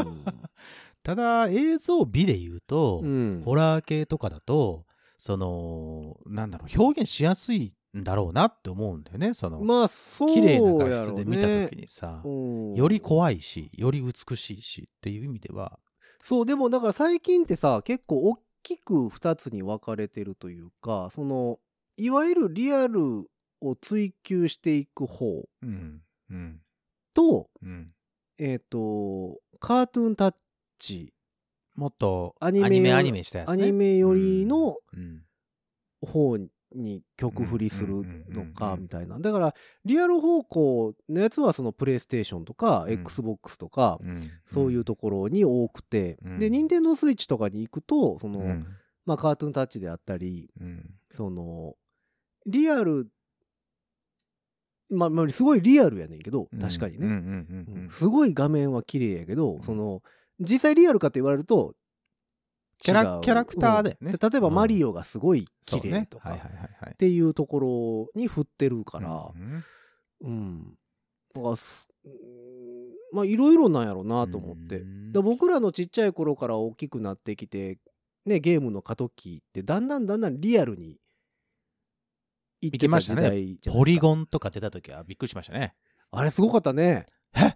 C: ただ映像美で言うと、
B: うん
C: ホラー系とかだとそのなんだろう表現しやすいんだろうなって思うんだよねその、
B: まあ、そう
C: 綺麗
B: や
C: な
B: ろうね
C: 画質で見た時にさ、
B: うん
C: より怖いしより美しいしっていう意味では
B: そう、でもだから最近ってさ、結構大きく2つに分かれてるというか、その、いわゆるリアルを追求していく方
C: うんうん
B: と、
C: うん
B: えっ、と、カートゥーンタッチ、
C: もっと
B: ア
C: ア
B: ニ
C: ニ
B: メ
C: メアニメしたやつ
B: ア
C: ね
B: ニメ寄りの
C: うん
B: 方に曲振りするの
C: うんうんうんうん
B: か、
C: うん
B: みたいな。だから、リアル方向のやつは、そのプレイステーションとか、
C: うん
B: XBOX とか、
C: ん
B: そういうところに多くて、
C: うん
B: で、任天堂スイッチとかに行くと、その、
C: うん
B: まあ、カートゥーンタッチであったり、
C: うん
B: その、リアル、まあ、まあ、すごいリアルやねんけど、確かにね。
C: うんうんうんうん
B: すごい画面は綺麗やけど、
C: ん
B: その実際リアルかと言われると
C: キャラ
B: 違う
C: キャラクターだよね
B: うん例えばマリオがすごい綺麗と
C: そうね
B: か
C: はい
B: っ
C: はいはいはい
B: ていうところに振ってるから
C: う、ん
B: うん、だからすうんまあいろいろなんやろうなと思って、
C: うん
B: だから僕らのちっちゃい頃から大きくなってきて、ね、ゲームの過渡期ってだんだんだんだんリアルに行って
C: 行き
B: た
C: まし
B: 時
C: たね
B: 代じゃないですか
C: ポリゴンとか出た時はびっくりしましたね。
B: あれすごかったね
C: え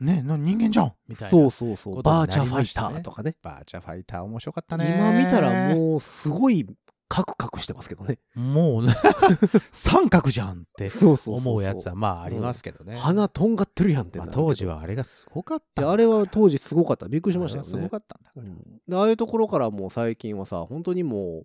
C: ねな人間じゃんみたいな。
B: そうそうそう
C: ことに
B: バ
C: な
B: ーチャフ
C: り
B: ァ
C: ま
B: イ
C: し
B: タ
C: たね
B: ーとかね
C: バーチャファイター面白かったね。
B: 今見たらもうすごいカクカクしてますけどね
C: う。もう、 三角じゃんって
B: そうそうそうそ
C: 思うやつはまあありますけどね。
B: 鼻とんがってるやんってな
C: まあ
B: るけど、
C: 当時はあれがすごかったん
B: で
C: だから。
B: あれは
C: 時
B: 当時すごかったびっくりしましたよね
C: すごかったんだから。
B: でああいうところからもう最近はさ本当にもう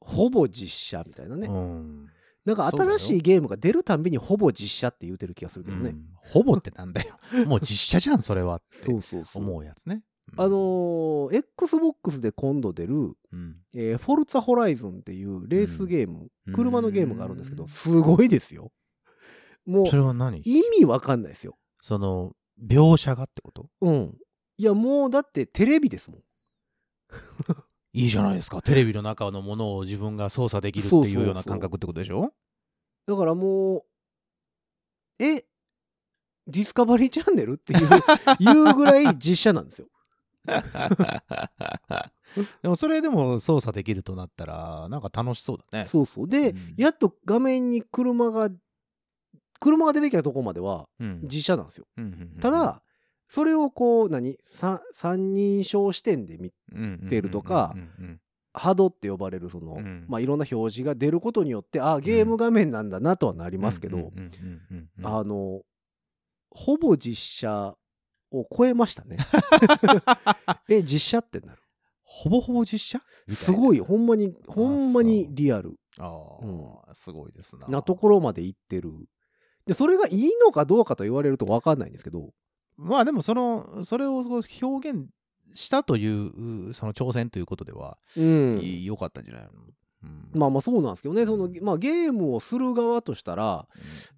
B: ほぼ実写みたいなね、
C: うん
B: なんか新しいゲームが出るたんびにほぼ実写って言うてる気がするけどね、
C: うんほぼってなんだよ。もう実写じゃん、それはって
B: そうそうそう
C: 思うやつね。うん
B: あの、ー XBOX で今度出る、
C: うん
B: えーフォルツァホライズンっていうレースゲーム、
C: うん
B: 車のゲームがあるんですけ
C: う
B: ど
C: ん
B: すごいですよもう
C: それは何
B: 意味わかんないですよ
C: その、描写がってこと
B: うんいやもうだってテレビですもん
C: いいじゃないですか。テレビの中のものを自分が操作できるって
B: そうそう
C: い
B: そう
C: うような感覚ってことでしょ
B: だからもう、え、ディスカバリーチャンネルっていう いうぐらい実写なんですよ。
C: でもそれでも操作できるとなったら、なんか楽しそうだね。
B: そうそう。で、
C: うん
B: やっと画面に車が、車が出てきたとこまでは
C: うん
B: 実写なんですよ。
C: うんうんうん
B: ただ、それをこう、何さ三人称視点で見、出るとか
C: うんうん
B: ハドって呼ばれるその、
C: うん
B: まあいろんな表示が出ることによって、ああ、ゲーム画面なんだなとはなりますけど、
C: うんうんうんうん
B: あの、ほぼ実写を超えました ね。え、実写ってなる
C: ほぼほぼ実写みた
B: すご
C: い
B: いほんまにほんまにリアル
C: な。ああ、すごいですな。
B: なところまで行ってるでそれがいいのかどうかと言われると分かんないんですけど
C: まあでもそのそれをこう表現したといううその挑戦ということでは
B: うん
C: い良かったんじゃないの、うん
B: まあまあそうなんですけどねその、
C: うん
B: まあ、ゲームをする側としたら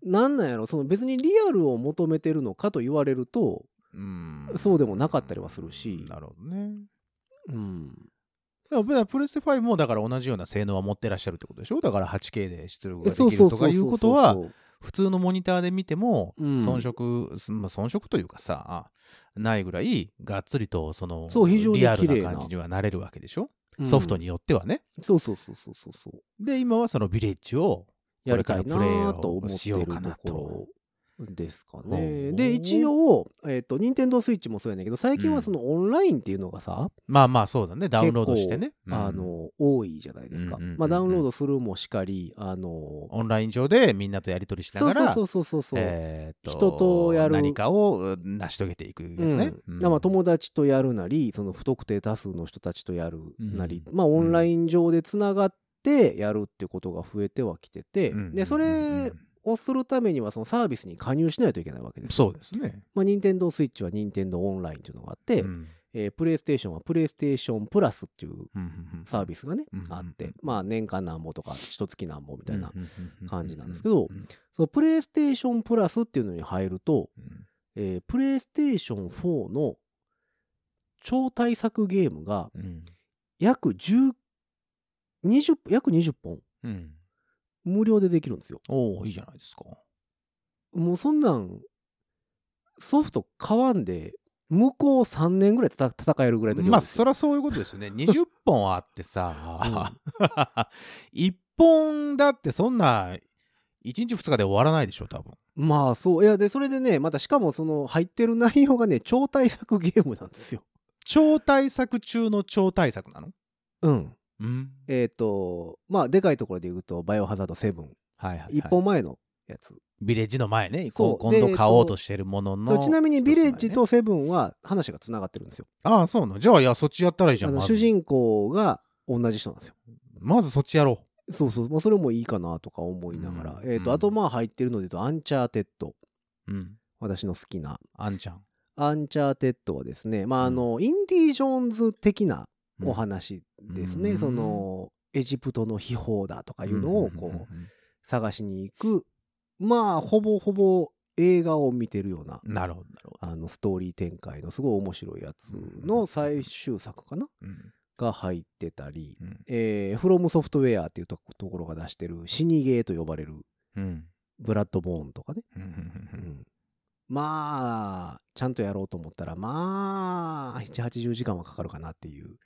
B: なんなんやろその別にリアルを求めてるのかと言われると、
C: うん
B: そうでもなかったりはするし
C: なるほどね。
B: うん、
C: でもだからプレステ5もだから同じような性能は持ってらっしゃるってことでしょだから 8K で出力ができるとかいうことは普通のモニターで見ても
B: うん
C: 遜色、すまあ、遜色というかさないぐらいがっつりとその
B: そう非常に
C: リアル
B: 綺麗
C: な
B: な
C: 感じにはなれるわけでしょ、ソフト
B: に
C: によってはね。
B: そうそうそうそうそうそう
C: で今はそのビレッジを
B: やりたいなあと
C: こ
B: 思って
C: れからプレイをし
B: る
C: よう
B: と
C: かなと
B: ころですか
C: ほ
B: ね。
C: う
B: で一応えっ、と任天堂スイッチもそうやねんけど最近
C: う
B: は
C: ん
B: そのオンラインっていうのがさ、
C: まあまあそうだねダウンロードしてね、うん
B: あの多いじゃないですか。
C: うんうんうんうん
B: まあダウンロードするもしかりあの
C: オンライン上でみんなとやり取りしながら
B: そうそうそうそうそう。
C: えーっ
B: 人とやる
C: 何かをうん成し遂げていくやつね、
B: うん
C: うん
B: まあ、友達とやるなりその不特定多数の人たちとやるなり、
C: う
B: まあ、オンライン上でつながってやるってことが増えてはきてて、
C: うん
B: でそうれ
C: ん
B: をするためにはそのサービスに加入しないといけないわけですよ
C: そうですね、
B: まあ、任天堂スイッチは任天堂オンラインというのがあって、
C: うん
B: えープレイステーションはプレイステーションプラスっていう
C: うんうんうん
B: サービスがね、
C: うんうん
B: あって、まあ、年間なんぼとか一月なんぼみたいな、
C: うんうんうんうん
B: 感じなんですけど
C: うん
B: そのプレイステーションプラスっていうのに入ると、
C: うん
B: えープレイステーション4の超大作ゲームが
C: うん
B: 約10 20約20本
C: うん
B: 無料でできるんですよ。
C: おおいいじゃないですか
B: もうそんなんソフト買わんで向こう3年ぐらい戦戦えるぐらいの量ですよ
C: まあそりゃそういうことですよね 20本あってさ、一1本だってそんな1日2日で終わらないでしょ多分
B: まあそういやでそれでねまたしかもその入ってる内容がね超大作ゲームなんですよ。
C: 超大作中の超大作なの
B: うん。
C: うん
B: えっ、とまあでかいところで言うと「バイオハザード7」
C: はいはい、はい、
B: 一本前のやつ。
C: ビレッジの前ね
B: そう
C: こう
B: で
C: 今度買おうとしてるものの、
B: そうちなみに「ビレッジ」
C: 一
B: と「セブン」は話がつながってるんですよ。
C: つ前ねああそうなのじゃあいやそっちやったらいいじ
B: あ
C: ゃん
B: の
C: ま
B: 主
C: ず
B: 人公が同じ人なんですよ。
C: まずそっちやろ
B: そうそう、まあ、それもいいかなとか思いながら。
C: うん
B: えっ、と、
C: うん
B: あとまあ入ってるので言うと「アンチャーテッド
C: ううん」
B: 私の好きな。
C: あんちゃん、
B: アンチャーテッドはですね、まあ、
C: うん
B: あの、インディ・ージョーンズ的な
C: うん
B: お話ですね、
C: うん
B: そのエジプトの秘宝だとかいうのをこう探しに行くまあほぼほぼ映画を見てるような
C: なるほどなるほど、
B: あのストーリー展開のすごい面白いやつ
C: う
B: の
C: ん
B: 最終作かな
C: うん
B: が入ってたり、
C: うん
B: えー、フロムソフトウェアっていうとこところが出してる死にゲーと呼ばれる
C: うん
B: ブラッドボーンとかね、
C: うんうんう
B: うんんまあちゃんとやろうと思ったらまあ780時間はかかるかなっていう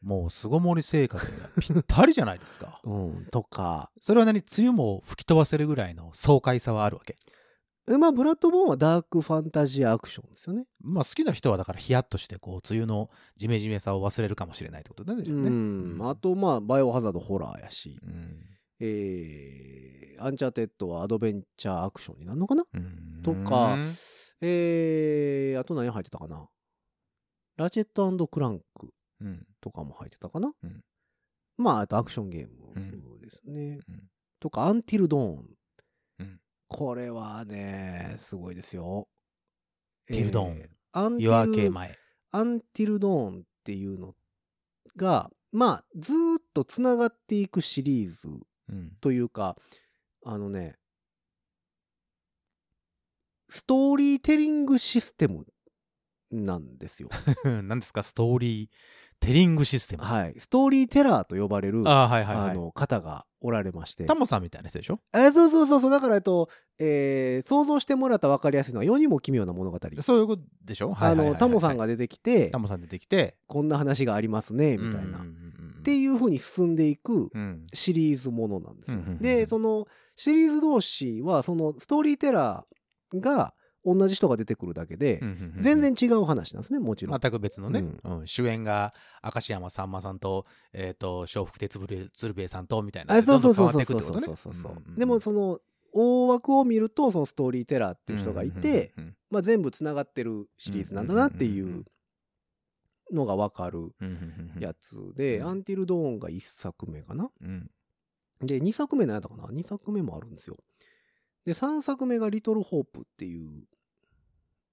C: もう巣ごもり生活にはぴったりじゃないですか
B: うん、とか
C: それは何梅雨も吹き飛ばせるぐらいの爽快さはあるわけ
B: えまあブラッドボーンはダークファンタジーアクションですよね
C: まあ好きな人はだからヒヤッとしてこう梅雨のジメジメさを忘れるかもしれないってことなんでしょうね
B: うんあとまあバイオハザードホラーやし
C: うん
B: えーアンチャーテッドはアドベンチャーアクションになるのかな
C: うん
B: とかえー、あと何入ってたかなラチェットクランク
C: うん
B: とかも入ってたかな、
C: うん
B: まああとアクションゲームですね、とかアンティルドーン、
C: うん
B: これはねすごいですよ
C: ティルドーン
B: えーアンテ
C: 夜明
B: ィ
C: け
B: ル
C: 前
B: アンティルドーンっていうのがまあずーっとつながっていくシリーズ
C: うん
B: というかあのねストーリーテリングシステムなんですよ。
C: 何ですかストーリーテリングシステム
B: はい。ストーリーテラーと呼ばれる、
C: あーはいはい
B: あ
C: はい
B: の方がおられまして。
C: タモさんみたいな人でしょ
B: えーそうそうそうそう。だから、えっと、えー想像してもらったら分かりやすいのは、世にも奇妙な物語。
C: そういうことでしょはい
B: あ
C: はいはい
B: の、
C: はい
B: タモさんが出てきて
C: タ、モさん出てきて
B: こんな話がありますね、みたいな。
C: うん
B: っ
C: うんうん
B: ていう風に進んでいく
C: うん
B: シリーズものなんですよ
C: うんうんうんう。ん
B: で、その、シリーズ同士は、その、ストーリーテラーが同じ人が出てくるだけで
C: う、んうんうんうん
B: 全然違う話なんですね、もちろん。
C: 全く別のね、
B: う
C: うん主演が明石山さんまさんと,、えー、と笑福亭鶴瓶さんとみたいな
B: あそうそう
C: ど
B: そ
C: ん
B: う
C: ど
B: そ
C: ん
B: う
C: 変わって
B: そ
C: いくっ
B: う
C: て
B: そうそ
C: ことね
B: うそう
C: うんうんうん
B: でもその大枠を見るとそのストーリーテラーっていう人がいて、
C: うんうん
B: まあ、全部つながってるシリーズなんだなってい
C: んうんうん
B: ううのがわかる
C: うんうんうんうん
B: やつで「
C: うん
B: アンティル・ドーン」が1作目かな
C: うん
B: で2作目何やったかな2作目もあるんですよで3作目が「リトル・ホープ」っていう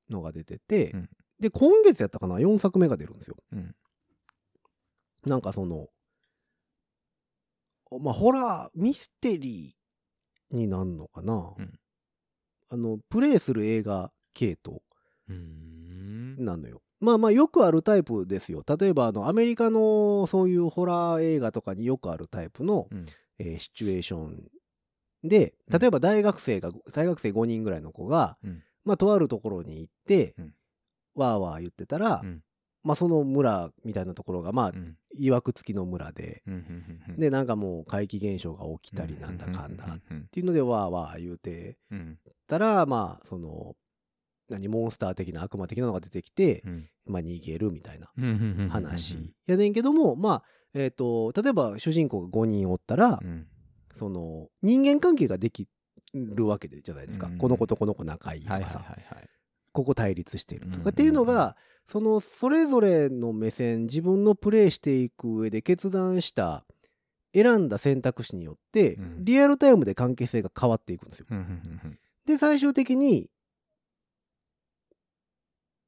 B: のが出てて、
C: うん
B: で今月やったかな4作目が出るんですよ
C: うん
B: なんかその、まあ、ホラー、ミステリーになんのかな、
C: うん
B: あの、プレイする映画系統
C: うーん
B: なのよ。まあまあ、よくあるタイプですよ。例えば、あの、アメリカのそういうホラー映画とかによくあるタイプの、
C: うん
B: えーシチュエーションで、例えば大学生が、大学生5人ぐらいの子が、
C: うん
B: まあ、とあるところに行って、
C: うん
B: わーわー言ってたら、
C: うん
B: まあ、その村みたいなところが、まあ
C: う、ん
B: 曰く付きの村で、
C: うんうんうん
B: でなんかもう怪奇現象が起きたりなんだかんだっ
C: うん
B: ていうのでわーわー言うて
C: うん
B: たらまあその何モンスター的な悪魔的なのが出てきて
C: う、ん
B: まあ、逃げるみたいな
C: うんうんうんうん
B: 話やねんけどもまあえっと例えば主人公が5人おったら
C: うん
B: その人間関係ができるわけじゃないですか
C: うん
B: この子とこの子仲いいと
C: はいはい
B: か
C: はい
B: さ
C: はい
B: ここ対立してると
C: うん
B: かっていうのがそのそれぞれの目線自分のプレイしていく上で決断した選んだ選択肢によって
C: うん
B: リアルタイムで関係性が変わっていくんですよ。
C: うんうんうん
B: で最終的に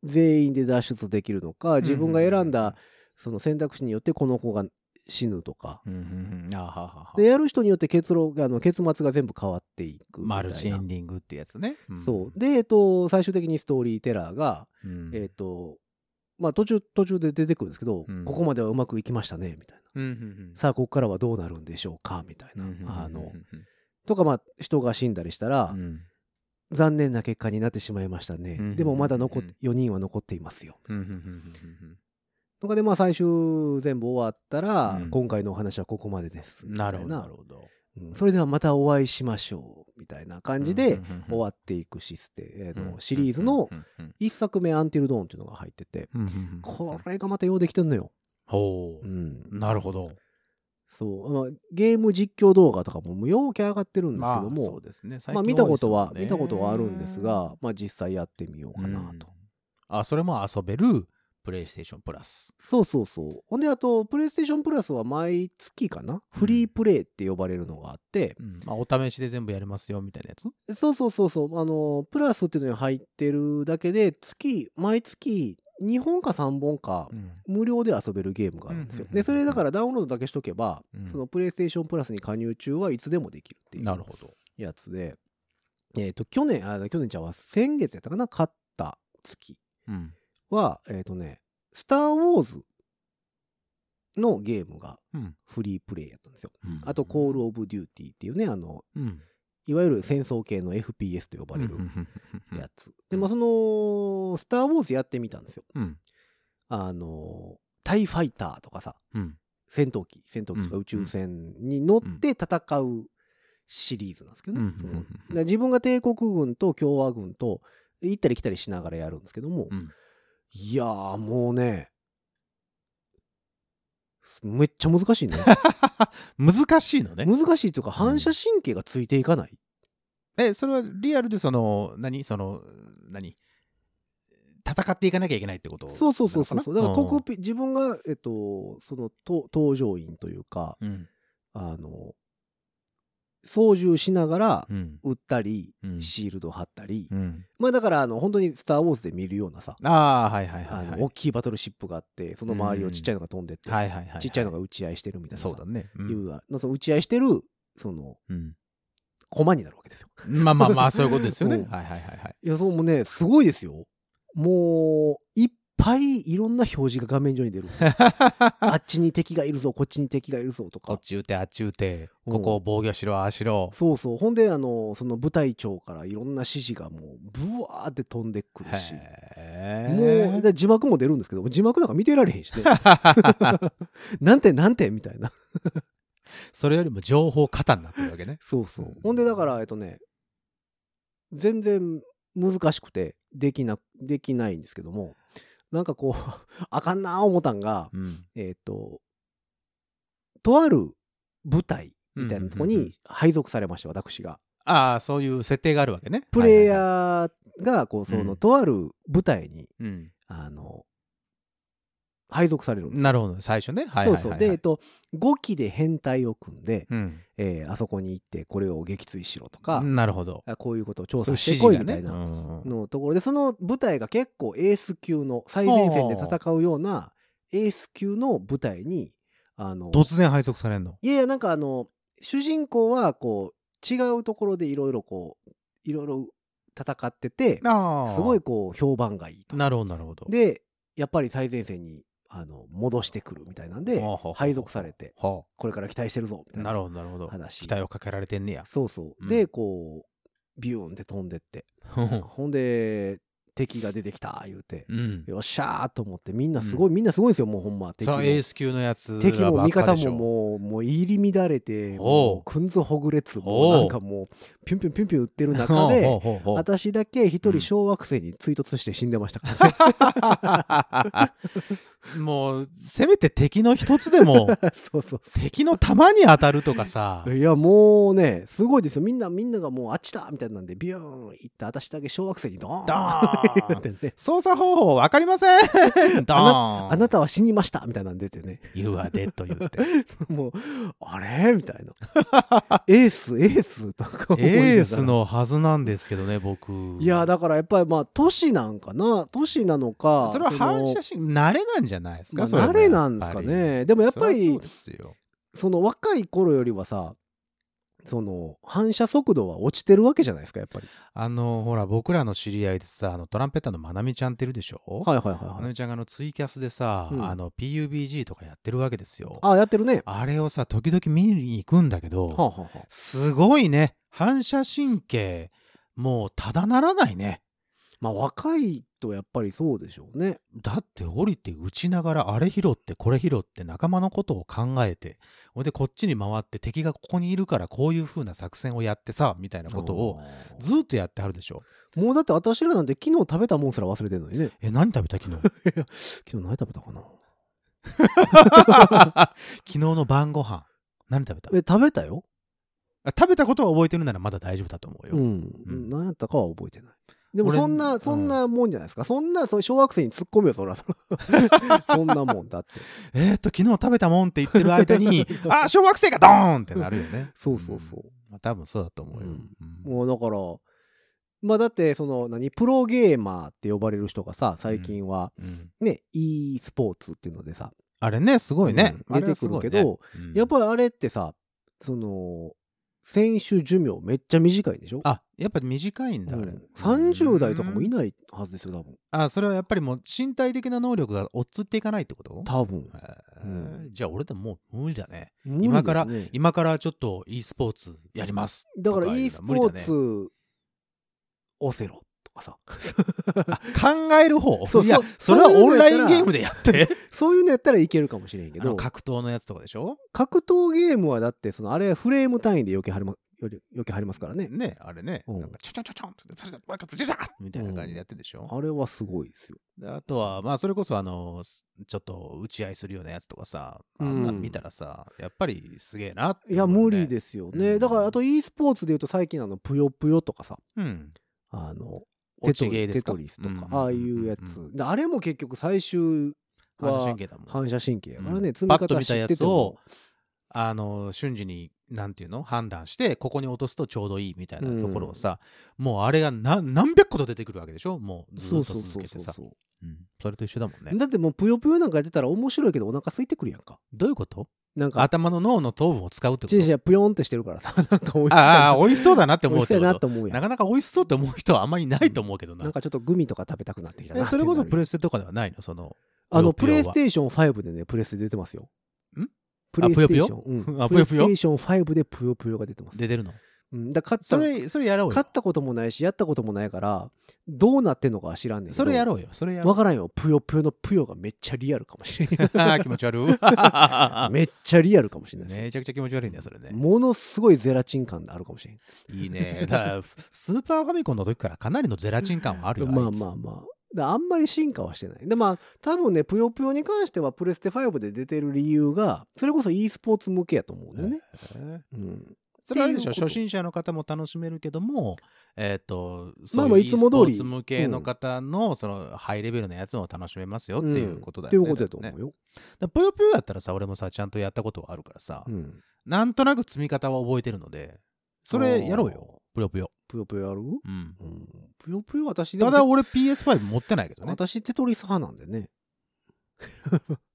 B: 全員で脱出できるのか自分が選んだその選択肢によってこの子が死ぬとか。
C: うんうんうんあーはーはーはー
B: でやる人によって結論があの結末が全部変わっていくみた
C: マ
B: い
C: ルチエ
B: な
C: ン。ディングってやつね
B: そうで、えっと、最終的にストーリーテラーが
C: うん
B: えっ、と、まあ途中、途中で出てくるんですけど、
C: うん
B: ここまではうまくいきましたね、みたいな。
C: うんうん
B: さあ、ここからはどうなるんでしょうか、みたい
C: うん
B: な。
C: うん
B: あの
C: う、ん
B: とか、まあ、人が死んだりしたら、
C: うん
B: 残念な結果になってしまいましたね。
C: うん
B: でも、まだ残っ、
C: うん
B: 4人は残っていますよ。
C: うんうんうんうん
B: とかで、まあ、最終全部終わったら、
C: うん
B: 今回のお話はここまでです。
C: うんなるほど
B: みたい
C: なるほど
B: うんそれではまたお会いしましょう、みたいな感じで、終わ
C: っ
B: っていくシステム、えーのシリーズの1作目、アンティルドーンっていうのが入ってて、これがまたようできてんのよ。
C: ほ
B: う。
C: うんなるほど
B: そうあのゲーム実況動画とかも無用気上がってるんですけ
C: まあ
B: ど
C: そ
B: も
C: う、ですね
B: まあ
C: 最近
B: 見た
C: 多い
B: こ
C: です
B: と
C: もん
B: は
C: ね
B: 見たことはあるんですが、まあ、実際やってみようかなと、
C: うんあそれも遊べるプレイステーションプラス
B: そうそうそうほんであとプレイステーションプラスは毎月かなフリープレイって呼ばれるのがあって、
C: まあお試しで全部やれますよみたいなやつ
B: そうそうそうそうあのプラスっていうのに入ってるだけで月毎月2本か3本か無料で遊べるゲームがあるんですよ、
C: うんうんうんうん
B: でそれだからダウンロードだけしとけば、
C: うん
B: そのプレイステーションプラスに加入中はいつでもできるっていう
C: なるほど
B: やつで、えっ、と、去年、あ、去年ちゃんは先月やったかな買った月
C: うん
B: は、えっ、とね、スター・ウォーズのゲームが
C: うん
B: フリープレイやったんですよ。
C: うん
B: あと、コール・オブ・デューティーっていうね、あの、
C: うん
B: いわゆる戦争系の FPS と呼ばれる
C: うんうんうん
B: やつ。で、まあ、その、スター・ウォーズやってみたんですよ。
C: うん
B: あの、タイファイターとかさ
C: うん。
B: 戦闘機戦闘機とか
C: うん
B: 宇宙船に乗って戦うシリーズなんですけど
C: う
B: ね
C: ん、
B: その
C: うんうん
B: だから自分が帝国軍と共和軍と行ったり来たりしながらやるんですけども、
C: うん
B: いやーもうねめっちゃ難しいね
C: 難しい のね。
B: 難しいというか反射神経がついていかない、
C: え、それはリアルでその、何その、何戦っていかなきゃいけないってこと
B: そうそうそうそうそうだ
C: な
B: か
C: の
B: ら
C: な
B: コックピ自分がえっとそのと搭乗員というか
C: うん。
B: あの操縦しながら
C: うん。
B: 撃ったり
C: うん
B: シールド貼ったり、
C: うん。
B: まあだからあの本当に「スター・ウォーズ」で見るようなさ、
C: ああ、はいはいは
B: あ
C: い、はい。
B: の大きいバトルシップがあってその周りをちっちゃいのが飛んでって、
C: はいはいはいはい。
B: ちっちゃいのが打ち合いしてるみたいなさ
C: そうだね。う
B: いう
C: ん
B: がのその打ち合いしてるその
C: うん。
B: 駒になるわけですよ。
C: まあまあまあ、そういうことですよ ね。
B: うん
C: はいはいはいはい。
B: いやそうもうねすごいですよ。もういっぱいいろんな表示が画面上に出るんですよ あっちに敵がいるぞこっちに敵がいるぞと
C: こ
B: か
C: っち打て、あっち打て、
B: うん
C: ここを防御しろ、ああしろ。
B: そうそうほんであのその部隊長からいろんな指示がもうブワーって飛んでくるし
C: へ
B: もう
C: え。
B: で字幕も出るんですけど字幕なんか見てられへんしね なんてなんてみたい な
C: それよりも情報過多になってるわけね。
B: そうそう
C: うん
B: ほんでだからえっとね全然難しくてできなできないんですけどもなんかこうあかんなー思ったんが
C: うん。
B: えっ、ととある部隊みたいなとこ
C: うんうんうんうん
B: に配属されました私が
C: ああ、そういう設定があるわけね。
B: プレイ
C: ー。
B: ヤーがこうその、
C: うん
B: とある部隊に
C: うん。
B: あの配属されるんですよ
C: なるほど、最初ね。はいはいはい
B: そう
C: はい。
B: そう。で、えっと、5機で編隊を組んで、
C: うん。
B: えーあそこに行って、これを撃墜しろとか、
C: なるほど。
B: あこういうことを調査
C: そう
B: し
C: いう
B: てこい
C: 指示が
B: みたい
C: ね
B: な
C: うんうんうん
B: のところで、その部隊が結構エース級の、最前線で戦うような、エース級の部隊に、あの、
C: 突然配属されんの。
B: いやいや、なんかあの、主人公は、こう、違うところでいろいろこう、いろいろ戦ってて、
C: ああ。
B: すごい。こう、評判がいいと。
C: なるほど、なるほど。
B: で、やっぱり最前線に、あの、戻してくるみたいなんで
C: ほうほうほうほう、
B: 配属されて、
C: は
B: これから期待してるぞみ
C: あ、
B: たいな
C: なるほど、なるほど。
B: 話
C: 期待をかけられてんねや。
B: そうそう、
C: うん
B: でこうビューンって飛んでってほんで敵が出てきた言うて、
C: うん。
B: よっしゃーと思ってみんなすごい、みんなすごいんですよもうほんま敵
C: そ
B: も
C: のエース級のやつ
B: 敵
C: ら
B: も
C: ばっ
B: 味
C: か
B: 方
C: でしょ
B: ももうもう入り乱れて
C: ほう
B: もうくんずほぐれつも
C: ほ
B: う
C: う
B: なんかもうピュンピュンピュンピュン売ってる中で
C: ほうほうほうほう
B: 私だけ一人小惑星に追突して死んでましたからね、
C: もうせめて敵の一つでも
B: そうそう
C: 敵の弾に当たるとかさ
B: いやもうねすごいですよみんなみんながもうあっちだみたいなんでビューン行って私だけ小惑星にドーン
C: ドー
B: っ
C: ン
B: てね
C: 操作方法わかりま せんドーン
B: あなたは死にましたみたいなん出てね
C: You are dead 言って
B: もうあれみたいな エースエースとか思いながら
C: エースのはずなんですけどね僕
B: いやだからやっぱりまあ都市なんかな都市なのか
C: それは反射
B: し
C: 神慣れなんじゃないですか、
B: まあ
C: それも
B: 慣れなんですかねでもやっぱ
C: そ
B: り
C: そうですよ
B: その若い頃よりはさその反射速度は落ちてるわけじゃないですかやっぱり
C: あのほら僕らの知り合いでさあのトランペッターのまなみちゃんっているでしょ
B: はいはいはい
C: ま
B: は
C: ないみちゃんがあのツイキャスでさ、
B: うん
C: あの PUBG とかやってるわけですよ
B: あやってるね
C: あれをさ時々見に行くんだけど、
B: はあはあはあ
C: すごいね反射神経もうただならないね
B: まあ若いとやっぱりそうでしょうね
C: だって降りて打ちながらあれ拾ってこれ拾って仲間のことを考えてほいでこっちに回って敵がここにいるからこういう風な作戦をやってさみたいなことを
B: うん
C: ずっとやってはるでしょ
B: もうだって私らなんて昨日食べたもんすら忘れてるのにね
C: え何食べた 昨日
B: 昨日何食べたかな
C: 昨日の晩ご飯何食べた
B: え食べたよ
C: あ食べたことは覚えてるならまだ大丈夫だと思うよ、
B: うん、
C: うん
B: 何やったかは覚えてないでも
C: 俺
B: そんな、
C: うん
B: そんなもんじゃないですかそんなその小学生に突っ込めよそ らそらそんなもんだって
C: えーっと昨日食べたもんって言ってる間に あー小学生がドーンってなるよね
B: そうそうそ
C: まあ、多分そうだと思うよ、
B: うんう、
C: うん
B: もうだからまあだってその何プロゲーマーって呼ばれる人がさ最近は
C: うん
B: ね、e スポーツっていうのでさ、
C: あれねすごいね、
B: うん出てくるけど、やっ
C: り
B: ぱりあれってさその選手寿命めっちゃ短いでしょ
C: あやっぱり短いんだ、
B: う
C: あれ
B: ん30代とかもい
C: い
B: ないはずですよ多分
C: あそれはやっぱりもう身体的な能力が落ちっていかないってこと
B: 多分
C: へーじゃあ俺でもう無理だね
B: 無理ですね
C: 今から今からちょっと e スポーツやります
B: だから
C: という
B: e
C: の
B: ス
C: は
B: ポ
C: 無理だね
B: ーツ、オセロとかさ
C: あ考える方
B: そう
C: いや
B: そう
C: それは
B: そういうの
C: オン
B: やっ
C: ライ
B: たら
C: ンゲームでやって
B: そういうのやったらいけるかもしれん け
C: あの
B: ど
C: 格闘のやつとかでしょ
B: 格闘ゲームはだってそのあれはフレーム単位で避けはりまより避けはりますからね
C: ねあれね、
B: うん
C: なんかチャチャチャチャンってチャチャチャチャチャみたいな感じでやってるでしょ、
B: あれはすごいですよ
C: であとは、まあ、それこそ、あの、すちょっと打ち合いするようなやつとかさ、あんな
B: うん
C: ん見たらさ、やっぱりすげえなって
B: いや
C: 思
B: 無
C: うね
B: 理。ですよね、
C: うん
B: だからあと e スポーツでいうと最近あのぷよぷよとかさ
C: うん。
B: あの
C: 落ちゲーです
B: テ
C: か
B: トリスとか、
C: うん
B: ああいうやつ、
C: うん
B: であれも結局最終
C: 反射
B: は
C: 神経だもん。
B: 反射神経やからね、
C: うん
B: 積み
C: パッと
B: 方は
C: 見
B: 知
C: た
B: っ
C: や
B: て
C: つ
B: ても
C: を、あの、瞬時に、なんていうの判断して、ここに落とすとちょうどいいみたいなところをさ、もうあれが何何百個と出てくるわけでしょもうず
B: そ
C: っ
B: う
C: と
B: そうそ
C: 続
B: う
C: けて
B: そう
C: さ。
B: そう
C: うんそれと一緒だもんね。
B: だってもうぷよぷよなんかやってたら面白いけどお腹空いてくるやんか
C: どういうこと
B: なんか
C: 頭の脳の糖分を使うってこ
B: チェ
C: と
B: シぷよんってしてるからさ なんか美味し
C: ああ、
B: い
C: 美味しそうだなって
B: 美
C: 思
B: 味
C: う
B: し
C: っ
B: そ
C: て
B: うやな
C: こと
B: と思うや
C: なんかなか美味しそうって思う人はあんまりいないと思うけどな。
B: なんかちょっとグミとか食べたくなってきたな
C: えそれこそプ
B: レ
C: レステとかではないのその
B: あのプ
C: ぷよぷよ
B: レ
C: は
B: イステーション5でねプレステ出てますよ
C: ん
B: プレイステーシ
C: あ
B: ョンうん
C: あ
B: プレ
C: ぷ
B: イ
C: よ
B: ステ
C: ぷよ
B: ーション5でぷよぷよが出てます
C: 出てるの
B: うんだから買
C: そ
B: った
C: れそれやろう
B: 買
C: よ
B: ったこともないしやったこともないからどうなってんのかは知らんねんけど
C: それやろうよそれやろ
B: わからんよぷよぷよのぷよがめっちゃリアルかもしれん
C: うあー気持ち悪い
B: めっちゃリアルかもしれないです
C: めちゃくちゃ気持ち悪いんだよそれね
B: ものすごいゼラチン感あるかもしれん
C: いいねだからスーパーファミコンの時からかなりのゼラチン感はあるよ
B: まあ
C: いつ
B: まあまあだあんまり進化はしてないでまあ多分ねぷよぷよに関してはプレステ5で出てる理由がそれこそ e スポーツ向けやと思うんだよね、
C: え
B: う
C: ー
B: ん、
C: それはあれでしょ
B: っていうこと
C: 初心者の方も楽しめるけどもえっ、と
B: まあ
C: そういう
B: いつも通り
C: e スポーツ向けの方の、そのハイレベルなやつも楽しめますよっていうことだ
B: ってい
C: よ
B: う
C: ね、
B: ことだと思
C: だ
B: うよ、
C: からぷよぷよやったらさ俺もさちゃんとやったことはあるからさ、
B: うん、
C: なんとなく積み方は覚えてるので、それやろうよ。ぷよぷよ。
B: ぷよぷよやる、
C: うん。
B: うん、ぷよぷよ私で
C: た
B: も
C: だ俺 PS5 持ってないけどね。
B: 私テトリス派なんでね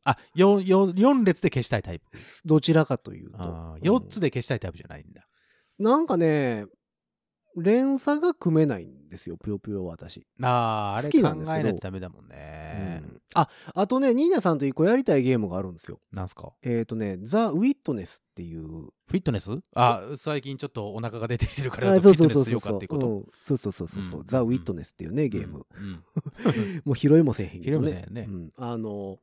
C: あ、よよ4列で消したいタイプ。
B: どちらかというと
C: あ4つ
B: で
C: で消したいタイプじゃないんだ。
B: なんかね連鎖が組めないんですよぷよぷよは私、
C: あーあれ
B: 好き
C: 考
B: なんですけど
C: えないとダメだもんね
B: う。んああとねニーナさんと一個やりたいゲームがあるんですよ
C: なんすか
B: えっ、ー、とね「ザ・ウィットネス」っていう
C: フィットネスあ、最近ちょっとお腹が出てきてるから
B: あ
C: フ
B: そう
C: ィッ
B: そう
C: トネ
B: そう
C: ス
B: そう
C: しよう
B: そ
C: か
B: う
C: っていうこと。
B: んそうそうそうそうそう、
C: うん
B: ザ・ウィットネスっていうねゲーム、
C: うん。うん
B: もう拾いもせえへんけどね
C: 拾いもせえへんね
B: うんあの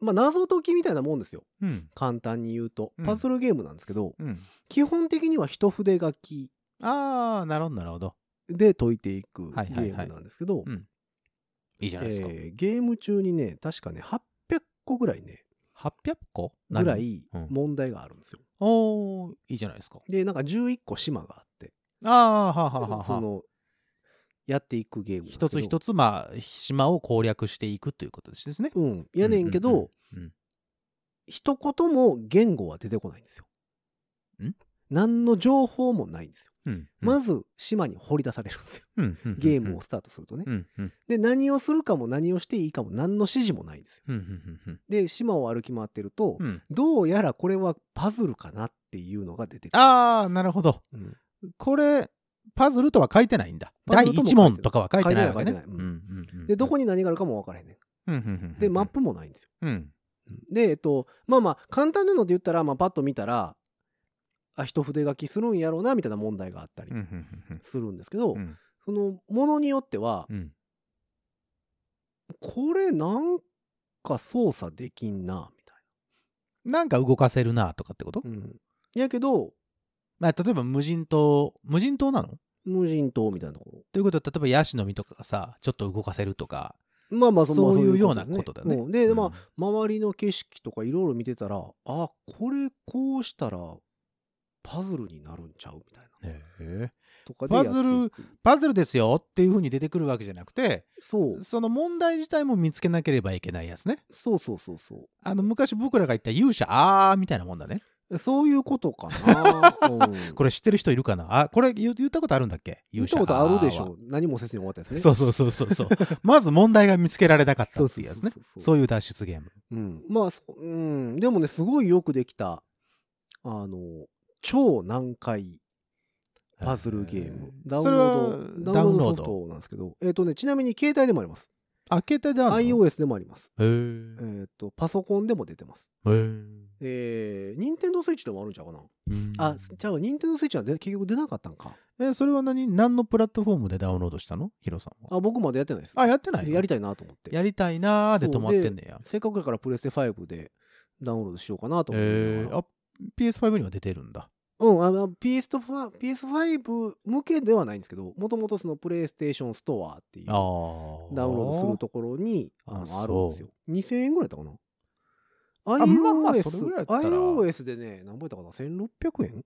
B: まあ謎解きみたいなもんですよ
C: うん。
B: 簡単に言うと
C: うん
B: パズルゲームなんですけど、
C: うん。
B: 基本的には一筆書き
C: ああ、なるほど、なるほど。
B: で解いていくゲ
C: はいはいはい
B: ームなんですけど
C: うんいいじゃ
B: え
C: ないですか。
B: ーゲーム中にね確かね800個ぐらいね
C: 800個
B: ぐら
C: 何
B: い
C: うん
B: 問題があるんですよ、
C: おーいいじゃないですか。
B: でなんか11個島があって
C: ああ、はあはあはあはあ。
B: そのやっていくゲームなんですけ
C: 一
B: ど
C: つ一つまあ島を攻略していくということですね。
B: うんやねんけど、
C: うんうんうん、
B: 一言も言語は出てこないんですよ。
C: ん
B: 何の情報もないんですよ。
C: うんうん
B: まず島に掘り出されるんですよ。
C: うんうん
B: ゲームをスタートするとね
C: う。んうん
B: で何をするかも何をしていいかも何の指示もないんですよ。
C: うんうんうん
B: で島を歩き回ってると
C: うんうん
B: どうやらこれはパズルかなっていうのが出てくる。
C: ああなるほど
B: うん
C: これパズルとは書いてないんだ
B: パ
C: 第
B: ズルとも
C: 一問とかは書いてないわけ
B: 書い
C: ね
B: てない書いてないうん
C: うんうんうん
B: でどこに何があるかも分からへんね
C: うんうんうんうん
B: ん。でマップもないんですよ。
C: うん
B: でえっとまあまあ簡単なので言ったらまあパッと見たらあ一筆書きするんやろうなみたいな問題があったり
C: うんうん
B: するんですけど、
C: うんうん
B: そのものによっては
C: うん
B: これなんか操作できんなみたい
C: なんか動かせるなとかってこと
B: な、やけど
C: まあ例えば無人島無人島なの
B: 無人島みたいなとこ
C: ということは例えばヤシの実とかがさちょっと動かせるとか
B: ろまあまあ
C: そういうよう
B: まあ
C: な
B: そ
C: ことだね
B: うんで、まあ
C: あ
B: 周りの景色とかいろいろ見てたらあこれこうしたらパズルになるんちゃうみたいな
C: へえ
B: とかでやっていく
C: パズルパズルですよっていうふうに出てくるわけじゃなくて
B: そう
C: その問題自体も見つけなければいけないやつね。
B: そうそうそうそ
C: あの昔僕らが言った勇者あーみたいなもんだね。
B: うそういうことか な、うん
C: これ知ってる人いるかなあこれ言言ったことあるんだっけ
B: 見
C: 勇
B: た
C: 者
B: ことあるでし
C: ーは
B: ょ何もせずに終わったやつね
C: そうそうそうそう そう。まず問題が見つけられなかったっていうやつ
B: そうそう
C: ね
B: そうそ。う
C: そういう脱出ゲーム。
B: うん、まあそうんでもねすごいよくできたあの超難解パズルゲーム
C: へ
B: ダウンロード
C: それはダウンロー
B: ソ
C: ド
B: フトなんですけどえっ、とねちなみに携帯でもあります
C: 開けてであるの
B: iOS でもあります。え
C: へえ。
B: ーっと、パソコンでも出てます。
C: へえ。
B: えー、任天堂スイッチでもあるんちゃうかな。
C: うん
B: あ、じゃあ、任天堂スイッチはで結局出なかったんか。
C: え、それは何何のプラットフォームでダウンロードしたのヒロさんは。
B: あ、僕まだやってないです。
C: あ、やってないの
B: やりたいなと思って。
C: やりたいなーで
B: そう
C: 止まってんねや。
B: せっかくやからプレステ5でダウンロードしようかなと思って。
C: えー、あ PS5 には出てるんだ。
B: うん、あの PS と PS5 向けではないんですけど、もともとそのプレイステーションストアっていう
C: ああ
B: ダウン。ロードするところにあ
C: あ
B: の
C: そう
B: あるんですよ。2000円ぐらいだったかな
C: あまあまあ
B: iOS,
C: それぐらいやったら
B: iOS でね、何ぼやったかな ?1600 円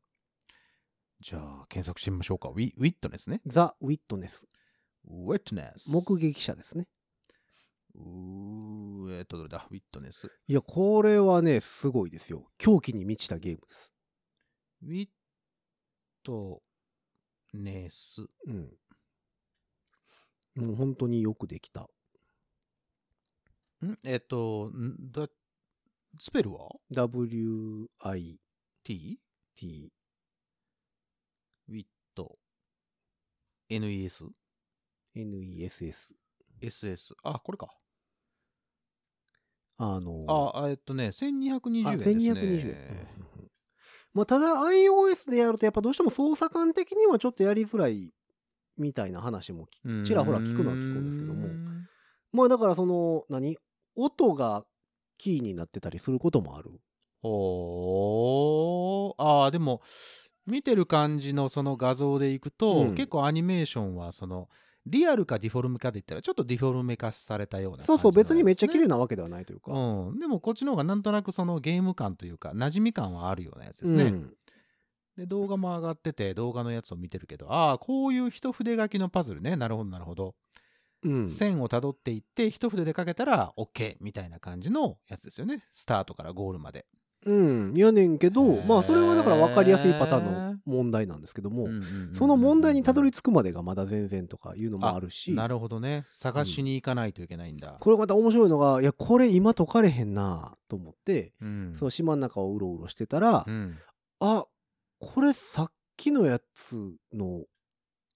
C: じゃあ、検索してみましょうか。ウィウィットネスね。
B: ザ・ウィットネス。
C: ウィットネス。
B: 目。撃者ですね。
C: うーえっと、どれだウィットネス。
B: いや、これはね、すごいですよ。狂気に満ちたゲームです。
C: ウィットネス。
B: うん。もう本当によくできた。
C: んえっと、んだ、スペルは
B: WIT
C: ?t? ウィット。nes?
B: NESS
C: ss。あ、これか。
B: あの
C: あ、あえっとね、1220
B: あ
C: 円ですね。
B: 1220円、まあ、ただ iOS でやるとやっぱどうしても操作感的にはちょっとやりづらいみたいな話もき
C: うん
B: ちらほら聞くのは聞くんですけども
C: うん
B: まあだからその何音がキーになってたりすることもある
C: おーあーでも見てる感じのその画像でいくと、
B: うん
C: 結構アニメーションはそのリアルかディフォルメかで言ったらちょっとディフォルメ化されたような
B: そうそう別にめっちゃ綺麗
C: な
B: なわけではないというか、
C: うん、でもこっちの方がなんとなくそのゲーム感というか馴染み感はあるようなやつですね、
B: うん
C: で動画も上がってて動画のやつを見てるけどああこういう一筆書きのパズルねなるほどなるほど、
B: うん
C: 線をたどっていって一筆でかけたら OK みたいな感じのやつですよねスタートからゴールまで
B: うん、やねんけど
C: へー
B: まあそれはだから分かりやすいパターンの問題なんですけども、その問題にたどり着くまでがまだ全然とかいうのもあるし
C: なるほどね探しに行かないといけないんだ、
B: これまた面白いのがいやこれ今解かれへんなと思って、
C: うん
B: その島の中をうろうろしてたら、
C: うん
B: あこれさっきのやつの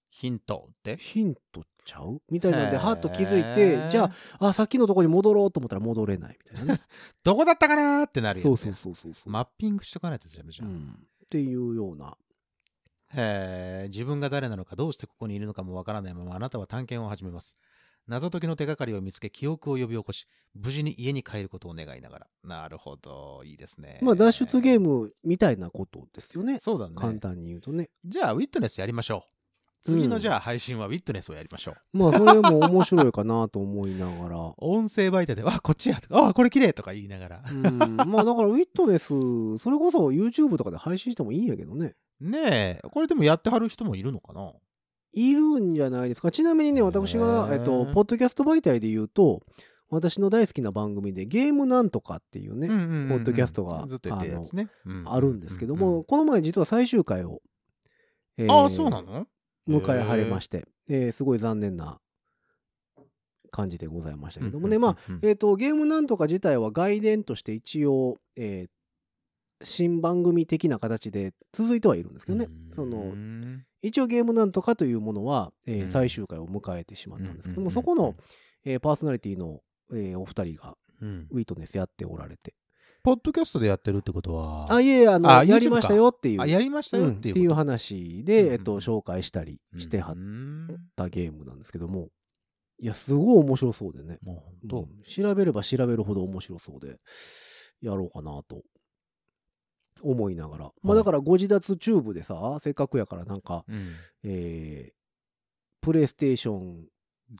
C: ヒントって
B: ヒントちゃうみたいなんで
C: へー
B: はっと気づいてじゃああさっきのとこに戻ろうと思ったら戻れないみたい なね
C: どこだったかなーってなるやつ
B: そう
C: ね
B: そうそうそうそう、
C: マッピングしとかないとダメじ
B: う
C: ゃん、
B: ん、っていうような
C: へー自分が誰なのかどうしてここにいるのかもわからないままあなたは探検を始めます謎解きの手がかりを見つけ記憶を呼び起こし無事に家に帰ることを願いながらなるほどいいですね
B: まあ脱出ゲー
C: ム
B: ムみたいなことですよね
C: そうだね
B: 簡単に言うとね
C: じゃあウィットネスやりましょう次のじゃあ配信はウィットネスをやりましょう、
B: まあそれも面白いかなと思いながら
C: 音声媒体で「わこっちや」とか「あこれ綺麗とか言いなが ら
B: うんまあだからウィットネスそれこそ YouTube とかで配信してもいいんやけどね
C: ねえこれでもやってはる人もいるのかない
B: るんじゃないですかちなみにね
C: へー
B: 私が、えっと、ポッドキャスト媒体で言うと私の大好きな番組で「ゲームなんとか」っていうね、ポッドキャストが
C: ずっと言ってるやつね
B: あるんですけども、、この前実は最終回を、え
C: う
B: ー
C: んああそうなの
B: 迎えはれまして、えーすごい残念な感じでございましたけどもね、まあ
C: あ
B: えー、とゲームなんとか自体は外伝として一応、えー新番組的な形で続いてはいるんですけどねその一応ゲームなんとかというものは、えー
C: うん
B: 最終回を迎えてしまったんですけども、
C: うん
B: そこの、えーパーソナリティの、えーお二人が
C: うん
B: ウィートネスやっておられて
C: ポッドキャストでやってるってことは
B: あいえいえあの
C: あ
B: や
C: YouTube
B: りました
C: か
B: よっていう
C: あやりました
B: う
C: よ
B: ん
C: っ
B: ってて
C: いう
B: いう
C: こと
B: 話で、えっ
C: うん
B: と、紹介したり
C: うん
B: してはっ
C: うん
B: たゲームなんですけどもいやすごい面白そうでね
C: もう本当
B: うん調べれば調べるほど面白そうでやろうかなと思いながらまあ
C: はい
B: だからご自立チューブでさせっかくやからなんか
C: うん
B: えープレイステーション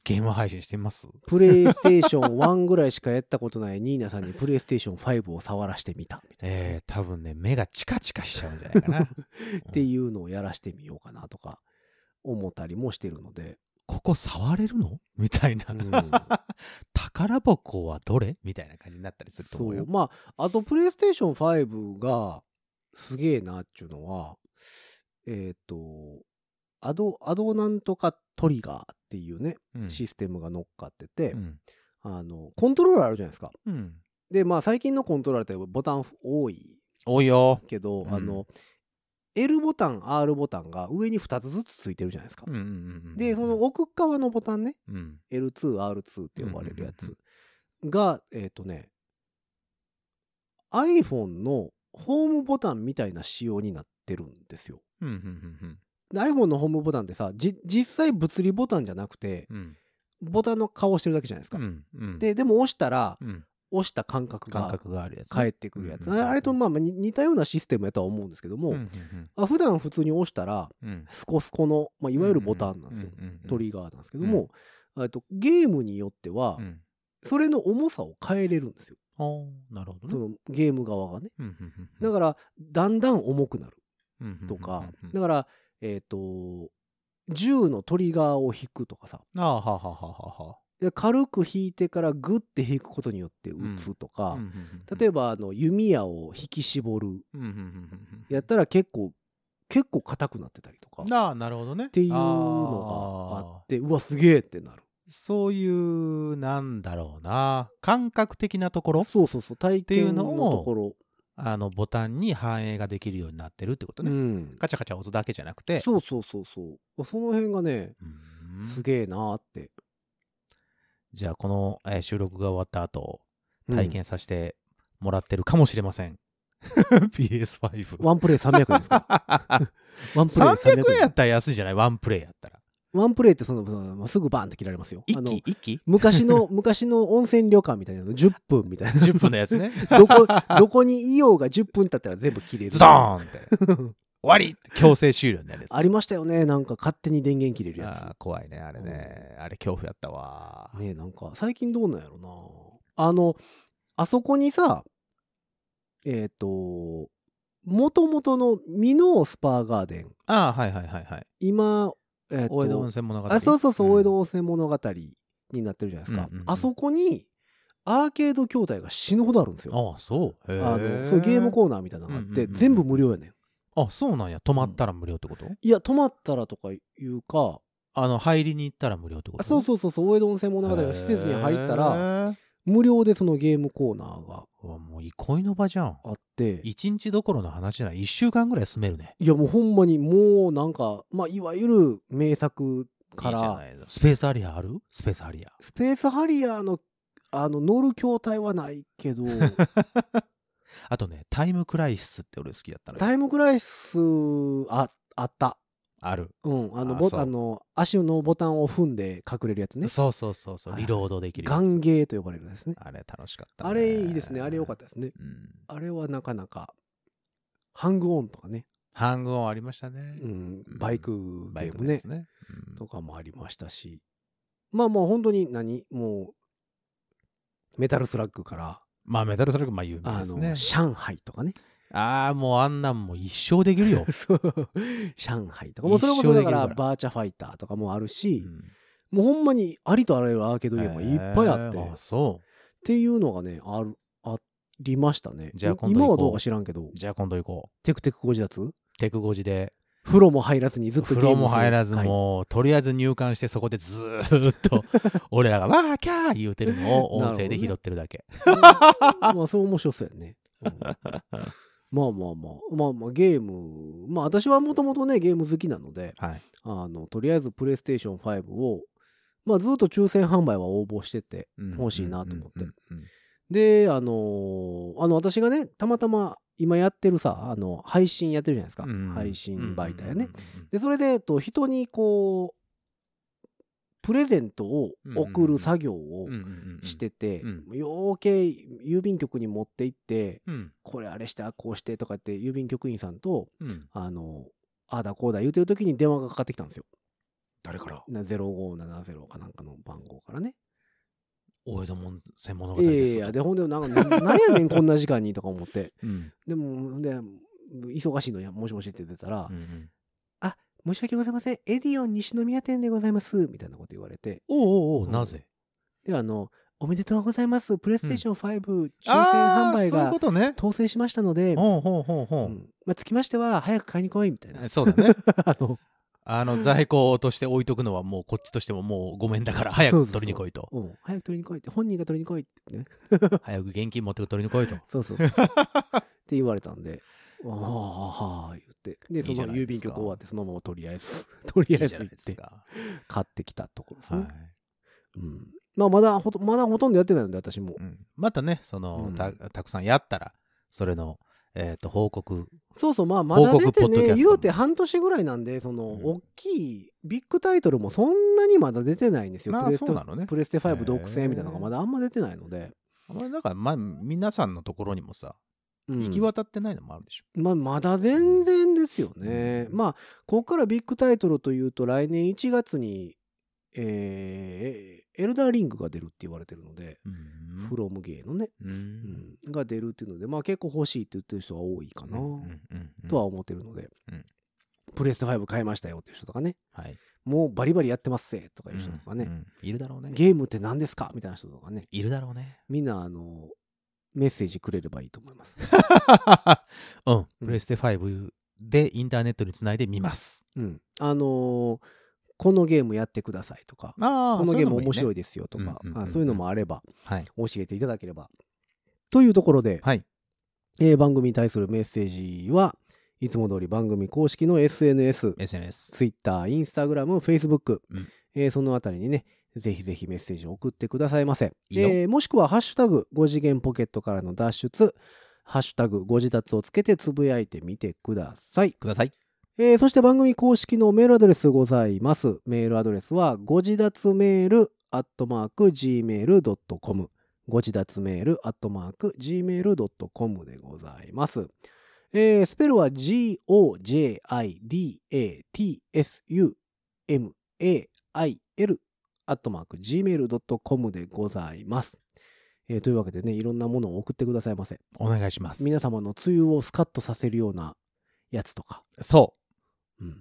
C: ゲーム配信してます
B: プレイステーション1ぐらいしかやったことないニーナさんにプレイステーション5を触らしてみたみたいな、
C: えー多分ね目がチカチカしちゃうんじゃないか な
B: っていうのをやらしてみようかなとか思ったりもしてるので、
C: ここ触れるのみたいな、
B: うん
C: 宝箱はどれみたいな感じになったりすると
B: そ
C: 思う
B: う
C: よ。
B: まああとプレイステーション5がすげえなっちゅうのはえっ、とアドアドなんとかトリガーっていうね、
C: うん
B: システムが乗っかってて、
C: うん
B: あのコントローラーあるじゃないですか
C: うん
B: でまあ最近のコントローラーってボタン多い
C: 多いよ。
B: けど、
C: うん
B: あの L ボタン R ボタンが上に2つずつついてるじゃないですか、
C: うんうんうんうん
B: でその、奥側のボタンね
C: うん
B: L2R2 って呼ばれるや
C: うんう
B: つがえっ、とね iPhone のホームボタンみたいな仕様になってるんですよ
C: うんうん
B: で iPhone のホームボタンってさじ実際物理ボタンじゃなくて
C: うんうん
B: ボタンの顔してるだけじゃないですか、
C: うんうん、
B: ででも押したら
C: うん、
B: 押した感覚が
C: 感覚があるやつね、
B: 返ってくるやつ、
C: うんうんうん
B: あれとまあまあに似たようなシステムやとは思うんですけども、
C: うんうん
B: あ普段普通に押したら
C: うんうん
B: スコスコの、まあ、いわゆるボタンなんですよ、
C: うんうんうん
B: トリガーなんですけども、えっとゲームによっては
C: うんうん
B: それの重さを変えれるんですよ、
C: あーなるほどね
B: そのゲーム側がね
C: うんうんうん
B: だからだんだん重くなる
C: うんうん
B: とか、
C: うんうん
B: だからえっ、と銃のトリガーを引くとかさ
C: ああはあはあはあは
B: で軽く引いてからグッて引くことによって打つとか、
C: あうんうんうんうん
B: 例えばあの弓矢を引き絞る
C: うんうんうんうんうん
B: やったら結構結構硬くなってたりとかっ
C: なあなるほどねって
B: いうのがあってうわすげえってなる
C: そういうなんだろうな感覚的なところ
B: そうそうそう体
C: ていう
B: 験
C: の
B: の
C: を
B: ところ
C: あのボタンに反映ができるようになってるってことね、
B: うん
C: カチャカチャ押すだけじゃなくて
B: そうそうそうそうその辺がね
C: うん
B: すげえなーって
C: じゃあこの、えー収録が終わった後
B: うん
C: 体験させてもらってるかもしれません、PS5
B: ワンプレイ300円です か ワンプレイ
C: 300
B: 300
C: 円や
B: 円
C: ったら安いじゃないワンプレイやったら
B: ワンプレイってそのそのすぐバーンって切られますよ
C: 一
B: の
C: 気 一気
B: 昔の昔の温泉旅館みたいなの10分みたいな
C: 10分のやつね
B: どこどこにいようが10分経ったら全部切れる
C: ズドーンって終わりって強制終了になるやつ
B: ありましたよねなんか勝手に電源切れるやつ
C: あー怖いねあれね、あれ恐怖やったわ
B: ねえなんか最近どうなんやろなあのあそこにさえっ、ともともとのミノースパーガーデン
C: ああはいはいはいはい
B: 今えっ、
C: 大江戸温
B: と
C: 泉物語
B: あそうそうそう、
C: ん
B: 大江戸温泉物語になってるじゃないですか、
C: うんうんうん
B: あそこにアーケード筐体が死ぬほどあるんですよ
C: ああそうへ
B: あ
C: え
B: のそういうゲームコーナーみたいなのがあって、
C: うんうんうんうん
B: 全部無料やねん
C: あそうなんや泊まったら無料ってこと、
B: いや泊まったらとかいうか
C: あの入りに行ったら無料ってこ
B: あ
C: と
B: そうそうそうそう大江戸温泉
C: う
B: 物語が施設に入ったら
C: ら
B: 無料でそのゲームコーナーが
C: うわもう憩いの場じゃん
B: あって
C: 一日どころの話じゃない一週間ぐらい住めるね
B: いやもうほんまにもうなんか、まあ、いわゆる名作か
C: いいじゃ
B: ら
C: ないのスペースハリアーあるスペースハリアー
B: スペースハリアーのあの乗る筐体はないけ ど
C: あとねタイムクライシスって俺好きだったのよ
B: タイムクライスああった
C: ある、
B: うんあの
C: あ
B: ボ
C: そう
B: あの足のボタンを踏んで隠れるやつね
C: そうそうそうそうリロードできるや
B: ガ
C: つ
B: ンゲーと呼ばれるやつね
C: あれ楽しかった、ね、、
B: あれいいですねあれ良かったたですね
C: うん、
B: あれはなかなかハングオンとかね、
C: ハングオンありましたね、
B: うん、バイク
C: バ
B: ゲ
C: イ
B: ー
C: ク
B: ム
C: のや
B: ね
C: つね、うん
B: とかもありましたしまあもう本当に何もうメタルスラッグから
C: まあメタルスラッグまあ有名
B: あ
C: です
B: の、
C: ね
B: 上海と かね
C: ああもうあんなんもう一生できる よ、
B: 上海とかもうそれこ
C: 一生
B: そだ
C: できる
B: か
C: から
B: らバーチャファイターとかもある
C: う
B: し、
C: ん
B: もうほんまにありとあらゆるアーケードゲームがいっぱいあって、
C: へー
B: っ
C: あそ
B: ていうのがねあるありましたね
C: じゃあ今度
B: 今
C: 行こう
B: はどうか知らんけど
C: うじゃあ今度行こ
B: テクテクご自立
C: うテク5時で
B: 風呂も入らずにずっと
C: 風
B: ゲームする
C: 呂も入らず
B: はい
C: もうとりあえず入館してそこでずーっ と俺らがわーキャー言うてるのを音声で拾ってるだけ
B: まあそう面白そうやね、うんまあまあまあまあまあゲームまあ私はもともとねゲーム好きなので
C: はい
B: あのとりあえずプレイステーション5をまあずっと抽選販売は応募してて
C: うん
B: 欲しいなと思って
C: うんうん
B: で、あのーあの、私がね、たまたま今やってるさ、あの、配信やってるじゃないですか。
C: うんうん
B: 配信媒体やね。
C: うん
B: で、それで、えっと、人にこう、プレゼントを送る作業を
C: うんうんうんうん
B: してて
C: うん、
B: ようけ郵便局に持って行って、
C: うん
B: これあれして、あこうしてとかって、郵便局員さんと、
C: うん
B: あの、ああだこうだ言うてる時に電話がかかってきたんですよ。
C: 誰から
B: な0570かなんかの番号からね。
C: 大江戸門専門の方
B: いやい
C: で
B: や
C: す
B: いや、で、ほんで、なんか、なんやねん、こんな時間にとか思って。
C: うん
B: でも、で、忙しいのや、もしもしって出たら、
C: うんうん
B: 申し訳ございません、エディオン西宮店でございます、みたいなこと言われて、
C: おうおうおうなぜ
B: で、あの、おめでとうございます、プレイステーション5、抽選
C: あ
B: 販売
C: ーそういう
B: が
C: ことね
B: 当選しましたので、
C: ほうほうほう
B: う
C: ほ
B: んまあ、つきましては、早く買いに来い、みたいな
C: う。そうだね
B: あの、
C: あの在庫として置いとくのはもうこっちとしてももうごめんだから早く取りに来いと
B: うん、早く取りに来いって、本人が取りに来いってね。
C: 早く現金持って取りに来いと
B: そうそうそうそうって言われたんで、ああ、はあ、言っってでそ
C: いいじゃ
B: の
C: ないです
B: 郵
C: か
B: 便局終わってそのままとりあえず とりあえず行って
C: か。
B: 買ってきたところです
C: は
B: ね、
C: い。
B: うんまあ、まだほとまだほとんどやってないので私も
C: うんまたね、その、
B: うん
C: たたくさんやったら、それの、えっ、と、報告。
B: そうそうまあまだ出
C: 報告ポ
B: て
C: ッドキャスト
B: ね
C: も
B: 言うて半年ぐらいなんでその、
C: うん
B: 大きいビッグタイトルもそんなにまだ出てないんですよ
C: ああ
B: プレス
C: そう
B: テ、
C: なのね
B: プレステ5独占みたいなの
C: へ
B: が
C: え
B: まだあんま出てないので、
C: あんまりなんか、まあ、皆さんのところにもさ、
B: うん
C: 行き渡ってないのもあるでしょ。
B: まあ、まだ全然ですよね。
C: うん
B: まあ、ここからビッグタイトルというと、来年1月に、えーエルダーリングが出るって言われてるので、
C: うん
B: フロムゲーのね、
C: うん
B: うんが出るっていうので、まあ結構欲しいって言ってる人が多いかな、
C: うんうんうん
B: とは思ってるので、
C: うん
B: プレステ5買いましたよっていう人とかね、
C: はい。
B: もうバリバリやってますせとかいう人とかね、
C: うんうんいるだろうね。
B: ゲームって何ですかみたいな人とかね、
C: いるだろ うね。
B: みんな、あの、メッセージくれればいいと思います。
C: うん。プレステ5でインターネットにつないでみます。
B: うん。あのーこのゲームやってくださいとか、
C: あ
B: このゲーム面白
C: い。
B: いですよとか
C: うんうんうんうん
B: あそういうのもあれば
C: はい。
B: 教えていただければというところで、
C: はい。
B: えー番組に対するメッセージはいつも通り番組公式の SNS
C: SNS。
B: Twitter、Instagram、Facebook、
C: うん
B: えーそのあたりにねぜひぜひメッセージを送ってくださいませ
C: いいよ
B: えーもしくは「ハッシュタグ #5 次元ポケットからの脱出」「ハッシュタグ #5 次脱」をつけてつぶやいてみてください
C: ください。
B: えーそして番組公式のメールアドレスございます。メールアドレスは、ご自立メールアットマーク gmail.com。ご自立メールアットマーク gmail.com でございます。えースペルは g-o-j-i-d-a-t-s-u-m-a-i-l アットマーク gmail.com でございます。えーというわけでね、いろんなものを送ってくださいませ。
C: お願いします。
B: 皆様の梅雨をスカッとさせるようなやつとか。
C: そ
B: うん
C: う。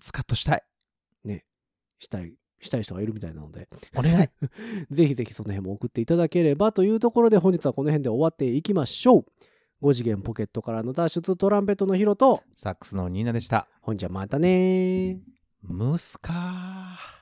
C: スカッとしたい。
B: したい、したい人がいるみたいなので、
C: お願 い。
B: ぜひぜひその辺も送っていただければというところで、本日はこの辺で終わっていきましょう。5次元ポケットからの脱出トランペットのヒロと、
C: サックスのニーナでした。
B: ほんじゃまたねー。
C: ムスカー。